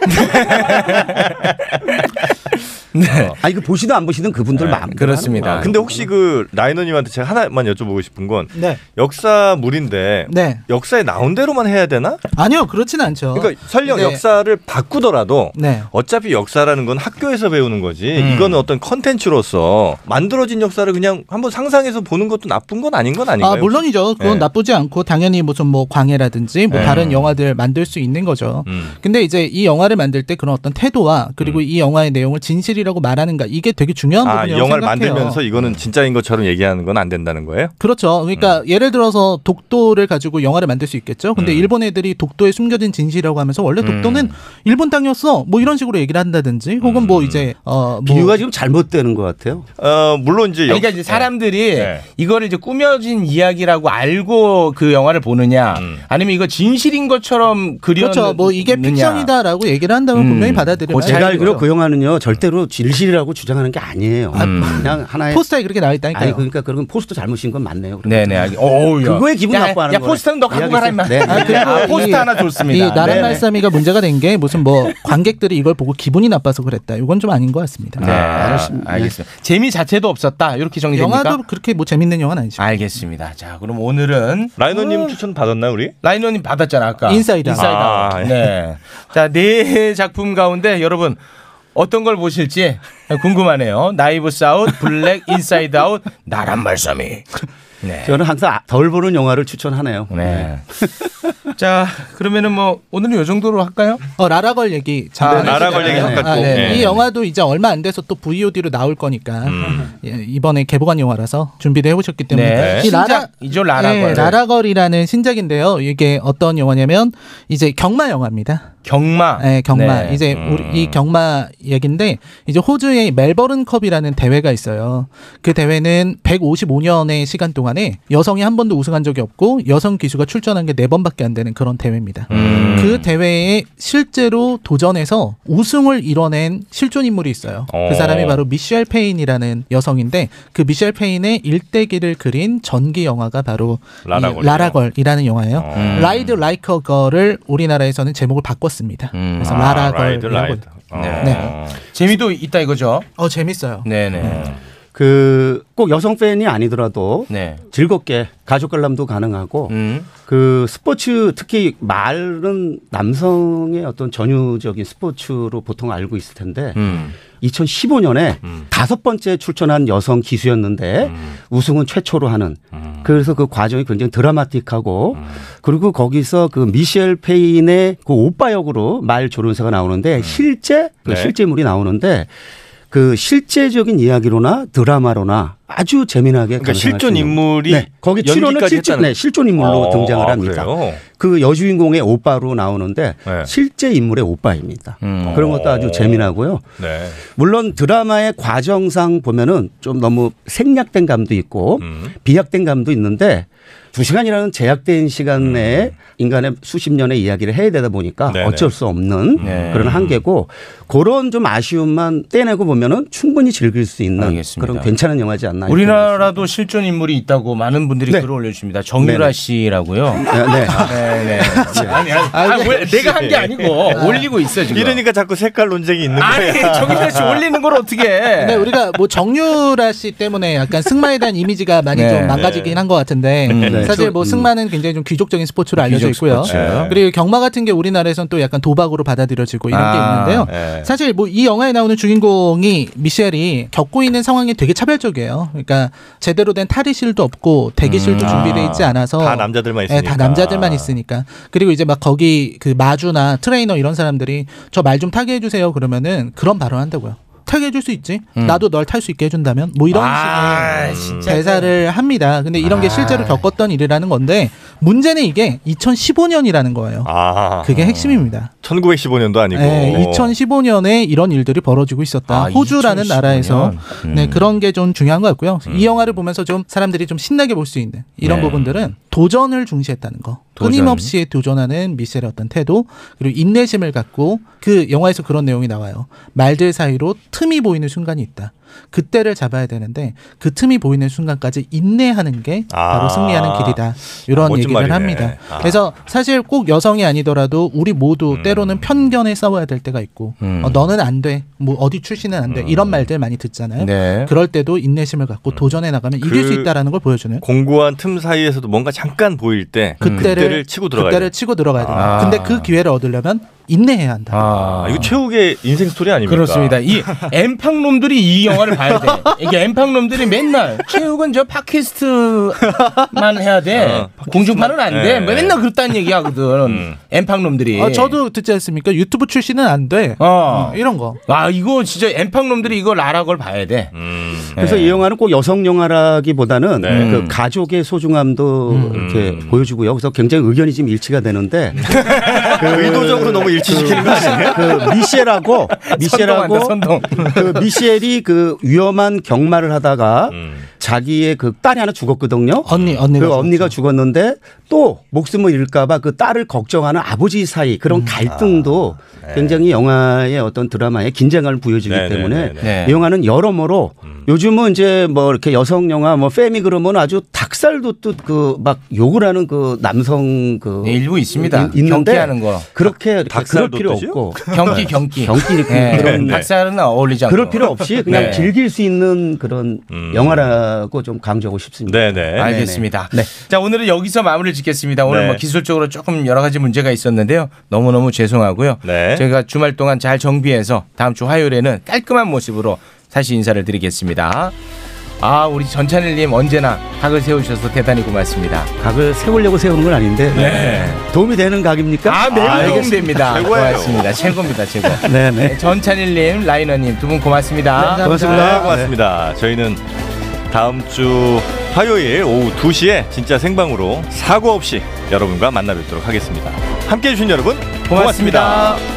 B: 네.
P: 아니 그 보시든 안 보시든 그분들 마음
I: 아, 근데 혹시 그 라이너님한테 제가 하나만 여쭤보고 싶은 건
A: 네.
I: 역사물인데
A: 네.
I: 역사에 나온 대로만 해야 되나?
A: 아니요, 그렇진 않죠.
B: 어?
I: 그러니까 설령
A: 네.
I: 역사를 바꾸더라도
A: 네.
I: 어차피 역사라는 건 학교에서 배우는 거지
B: 음.
I: 이거는 어떤 컨텐츠로서 만들어진 역사를 그냥 한번 상상해서 보는 것도 나쁜 건 아닌 건 아닌가요?
A: 아, 물론이죠. 그건
B: 네.
I: 예.
A: 나쁘지 않고 당연히 무슨 뭐 광해라든지 뭐
I: 예.
A: 다른 영화들 만들 수 있는 거죠.
I: 음.
A: 근데 이제 이 영화를 만들 때 그런 어떤 태도와
B: 음.
A: 그리고 이 영화의 내용을 진실이라고 말하는가 이게 되게 중요한
I: 아,
A: 부분이라고
I: 영화를
A: 생각해요.
I: 만들면서 이거는 진짜인 것처럼 얘기하는 건 안 된다는 거예요?
A: 그렇죠. 그러니까
B: 음.
A: 예를 들어서 독도를 가지고 영화를 만들 수 있겠죠. 근데 일본 애들이 독도에 숨겨진 진실이라고 하면서 원래
B: 음.
A: 독도는 일본 땅이었어. 뭐 이런 식으로 얘기를 한다든지 혹은
B: 음.
A: 뭐 이제 어 뭐-
P: 비유가 지금 잘못되는 것 같아요.
I: 어 물론 이제
B: 그러니까 이제
P: 네.
B: 사람들이 네. 이거를 이제 꾸며진 이야기라고 알고 그 영화를 보느냐
P: 음.
B: 아니면 이거 진실인 것처럼 그려
A: 그렇죠. 뭐 이게 픽션이다라고 얘기를
B: 음.
A: 한다면 분명히 받아들여요.
P: 제가 알기로 그 영화는요 절대로 진실이라고 주장하는 게 아니에요.
B: 음.
P: 그냥 하나의
A: 포스터에 그렇게 나와 있다니까요.
P: 아니 그러니까 그런 포스터 잘못인 건 맞네요.
B: 어. 네네. 알겠... 어우, 야.
P: 그거에 기분
B: 야,
P: 나빠하는
B: 야,
P: 거예요.
B: 포스터는 너 갖고 가라, 임마.
P: 네.
B: 아, 그리고 이- 포스터 하나 줬습니다.
A: 이 나란
B: 네네.
A: 말싸미가 문제가 된 게 무슨 뭐 관객들이 이걸 보고 기분이 나빠서 그랬다. 이건 좀 아닌 것 같습니다.
B: 네, 알겠습니다. 알겠습니다. 재미 자체도 없었다. 이렇게 정리됩니까?
A: 영화도 그렇게 뭐 재밌는 영화는 아니죠.
B: 알겠습니다. 자, 그럼 오늘은
I: 라이너님
B: 음.
I: 추천 받았나 우리?
B: 라이너님 받았잖아 아까.
A: 인사이드 아웃.
B: 인사이드.
I: 아,
B: 아웃.
I: 예.
B: 네. 자, 네 작품 가운데 여러분 어떤 걸 보실지 궁금하네요. 나이브 사웃, 블랙 인사이드 아웃, 나란 말싸미. 네.
P: 저는 항상 덜 보는 영화를 추천하네요.
B: 네. 자, 그러면은 뭐 오늘은 요 정도로 할까요?
A: 어 라라걸 얘기
B: 아,
A: 잠깐
B: 네, 라라걸
A: 해주잖아요.
B: 얘기 잠깐
A: 아,
B: 또.
A: 네.
B: 네.
A: 이 영화도 이제 얼마 안 돼서 또 VOD로 나올 거니까 예, 이번에 개봉한 영화라서 준비를 해오셨기 때문에
B: 음. 네.
A: 이
B: 신작이죠, 라라걸.
A: 예, 라라걸이라는 신작인데요. 이게 어떤 영화냐면 이제 경마 영화입니다.
B: 경마.
A: 네, 경마.
B: 네.
A: 이제
I: 음.
A: 우리 이 경마 얘긴데 이제 호주의 멜버른 컵이라는 대회가 있어요. 그 대회는 155년의 시간 동안에 여성이 한 번도 우승한 적이 없고 여성 기수가 출전한 게 네 번밖에 안 되는 그런 대회입니다.
I: 음.
A: 그 대회에 실제로 도전해서 우승을 이뤄낸 실존 인물이 있어요.
B: 어.
A: 그 사람이 바로 미셸 페인이라는 여성인데 그 미셸 페인의 일대기를 그린 전기 영화가 바로 이
I: 라라걸이요.
A: 라라걸이라는 영화예요.
B: 음.
I: 어.
A: 라이드 라이커 걸을 우리나라에서는 제목을 바꿨습니다.
B: 음.
I: 아,
B: 아,
A: 그래서 라라걸.
I: 어. 네.
B: 라이드, 라이드. 네. 재미도 있다 이거죠.
A: 어 재밌어요.
B: 네네.
P: 그 꼭 여성 팬이 아니더라도
B: 네.
P: 즐겁게 가족 관람도 가능하고
B: 음.
P: 그 스포츠 특히 말은 남성의 어떤 전유적인 스포츠로 보통 알고 있을 텐데
B: 음.
P: 2015년에 다섯 번째 출전한 여성 기수였는데 우승은 최초로 하는 그래서 그 과정이 굉장히 드라마틱하고 그리고 거기서 그 미셸 페인의 그 오빠 역으로 말 조련사가 나오는데 실제 그
B: 네.
P: 실제물이 나오는데 그 실제적인 이야기로나 드라마로나 아주 재미나게
B: 그러니까
P: 감상할
B: 실존
P: 수 있는.
B: 인물이
P: 네, 거기 출연은
B: 연기까지
P: 실존
B: 했다는-
P: 네, 실존 인물로
B: 어,
P: 등장을
B: 아,
P: 합니다.
B: 그래요?
P: 그 여주인공의 오빠로 나오는데 실제 인물의 오빠입니다. 그런 것도 아주 재미나고요.
B: 네.
P: 물론 드라마의 과정상 보면은 좀 너무 생략된 감도 있고 비약된 감도 있는데 두 시간이라는 제약된 시간 내에 인간의 수십 년의 이야기를 해야 되다 보니까 어쩔 수 없는
B: 네.
P: 그런 한계고 그런 좀 아쉬움만 떼내고 보면은 충분히 즐길 수 있는 그런 괜찮은 영화지 않나. 이렇게 네.
B: 우리나라도 실존 인물이 있다고 많은 분들이 글을 올려주십니다. 정유라
P: 네네.
B: 씨라고요.
P: 네.
B: 아, 네, 네. 아니, 아니, 아니,
I: 네.
B: 뭘 내가 한 게 아니고
I: 아.
B: 올리고 있어 지금.
I: 이러니까 자꾸 색깔 논쟁이 있는
B: 아니,
I: 거야.
B: 정유라 씨 올리는 걸 어떻게 해?
A: 근데 우리가 뭐 정유라 씨 때문에 약간 승마에 대한 이미지가 많이
B: 네.
A: 좀 망가지긴 한 것 같은데
B: 음, 네.
A: 사실 뭐
B: 음.
A: 승마는 굉장히 좀 귀족적인 스포츠로 알려져
B: 귀족
A: 있고요.
B: 스포츠.
A: 그리고 경마 같은 게 우리나라에선 또 약간 도박으로 받아들여지고 이런
B: 아,
A: 게 있는데요.
B: 네.
A: 사실 뭐 이 영화에 나오는 주인공이 미셸이 겪고 있는 상황이 되게 차별적이에요. 그러니까 제대로 된 탈의실도 없고 대기실도
I: 음.
A: 준비돼 있지 않아서
I: 다 남자들만
A: 예, 다
I: 있으니까.
A: 남자들만 있으니까. 그리고 이제 막 거기 그 마주나 트레이너 이런 사람들이 저 말 좀 타게 해주세요 그러면은 그런 발언 한다고요. 타게 해줄 수 있지.
B: 음.
A: 나도 널 탈 수 있게 해준다면 뭐 이런
B: 아,
A: 식의
B: 진짜.
A: 대사를 합니다. 근데 이런
I: 아.
A: 게 실제로 겪었던 일이라는 건데 문제는 이게 2015년이라는 거예요.
I: 아.
A: 그게 핵심입니다.
I: 1915년도 아니고.
A: 네, 2015년에 이런 일들이 벌어지고 있었다.
I: 아,
A: 호주라는
I: 2015년.
A: 나라에서 네,
I: 음.
A: 그런 게 좀 중요한 것 같고요. 이 영화를 보면서 좀 사람들이 좀 신나게 볼 수 있는 이런
I: 네.
A: 부분들은 도전을 중시했다는 거.
I: 도전.
A: 끊임없이 도전하는 미셸의 어떤 태도 그리고 인내심을 갖고 그 영화에서 그런 내용이 나와요. 말들 사이로 틈이 보이는 순간이 있다. 그때를 잡아야 되는데 그 틈이 보이는 순간까지 인내하는 게 바로
I: 아.
A: 승리하는 길이다. 이런
I: 아, 멋진
A: 얘기를
I: 말이네.
A: 합니다.
I: 아. 음.
A: 그래서 사실 꼭 여성이 아니더라도 우리 모두 때로는 편견에 싸워야 될 때가 있고
B: 음.
A: 어, 너는 안 돼. 뭐 어디 출신은 안 돼.
I: 음.
A: 이런 말들 많이 듣잖아요.
B: 네.
A: 그럴 때도 인내심을 갖고 도전해 나가면 이길
I: 그
A: 수 있다라는 걸 보여주는
I: 공고한 틈 사이에서도 뭔가 잠깐 보일 때
A: 그때를,
I: 그때를, 치고 들어가야
A: 그때를
I: 돼.
A: 치고 들어가야 됩니다.
I: 아.
A: 근데 그 기회를 얻으려면 인내해야 한다.
I: 아, 이거 최욱의 인생 스토리 아닙니까?
B: 그렇습니다. 이 엠팡놈들이 이 영화를 봐야 돼. 이게 엠팡놈들이 맨날 최욱은 저 팟캐스트만 해야 돼.
I: 어,
B: 공중파는 안 돼.
I: 네. 음.
B: 맨날 그렇다는 얘기하거든. 엠팡놈들이.
A: 아, 저도 듣지 않습니까? 유튜브 출신은 안 돼.
B: 어.
A: 음, 이런 거.
B: 아 이거 진짜 엠팡놈들이 이거 라락을 봐야 돼.
I: 음.
P: 그래서 이 영화는 꼭 여성 영화라기보다는
B: 네. 음.
P: 그 가족의 소중함도 이렇게 보여주고요. 그래서 굉장히 의견이 지금 일치가 되는데
B: 네.
I: 의도적으로 너무 일치시키는 거 아니에요?
P: 그 미셸하고 미셸하고
B: 선동한다,
P: 그 미셸이 그 위험한 경마를 하다가 자기의 그 딸이 하나 죽었거든요.
A: 언니 언니가
P: 그 언니가 죽었는데 또뭐 목숨을 잃을까봐 그 딸을 걱정하는 아버지 사이 그런 갈등도
B: 음.
P: 굉장히 영화의 어떤 드라마에 긴장감을 부여주기
B: 네, 네,
P: 때문에
B: 네, 네.
P: 이 영화는 여러모로
B: 음.
P: 요즘은 이제 뭐 이렇게 여성 영화 뭐 페미 그러면 아주 닭살도 뜯그막 욕을 하는 그 남성 그
B: 네, 일부 있습니다.
P: 있- 있는데
B: 경기하는 거.
P: 그렇게 그럴
B: 닭살도
P: 필요
B: 뜨죠?
P: 없고
B: 경기, 경기.
P: 경기 이렇게
B: 네.
P: 그런
B: 닭살은 어울리지 않고.
P: 그럴 필요 없이 그냥
B: 네. 음.
P: 즐길 수 있는 그런 영화라고 좀 강조하고 싶습니다.
I: 네네.
B: 알겠습니다. 자 오늘은 여기서 마무리를 짓겠습니다. 오늘
P: 네.
B: 뭐 기술적으로 조금 여러 가지 문제가 있었는데요. 너무 너무 죄송하고요.
I: 네.
B: 저희가 주말 동안 잘 정비해서 다음 주 화요일에는 깔끔한 모습으로 다시 인사를 드리겠습니다. 아 우리 전찬일님 언제나 각을 세우셔서 대단히 고맙습니다.
P: 각을 세우려고 세우는 건 아닌데
B: 네.
P: 도움이 되는 각입니까?
B: 아 매우 도움
P: 알겠습니다.
B: 됩니다. 고맙습니다. 최고입니다. 최고.
P: 네, 네.
B: 전찬일님, 라이너님 두 분 고맙습니다.
I: 네, 고맙습니다. 고맙습니다. 저희는 다음 주 화요일 오후 2시에 진짜 생방으로 사고 없이 여러분과 만나 뵙도록 하겠습니다. 함께 해주신 여러분
B: 네. 고맙습니다.
I: 고맙습니다.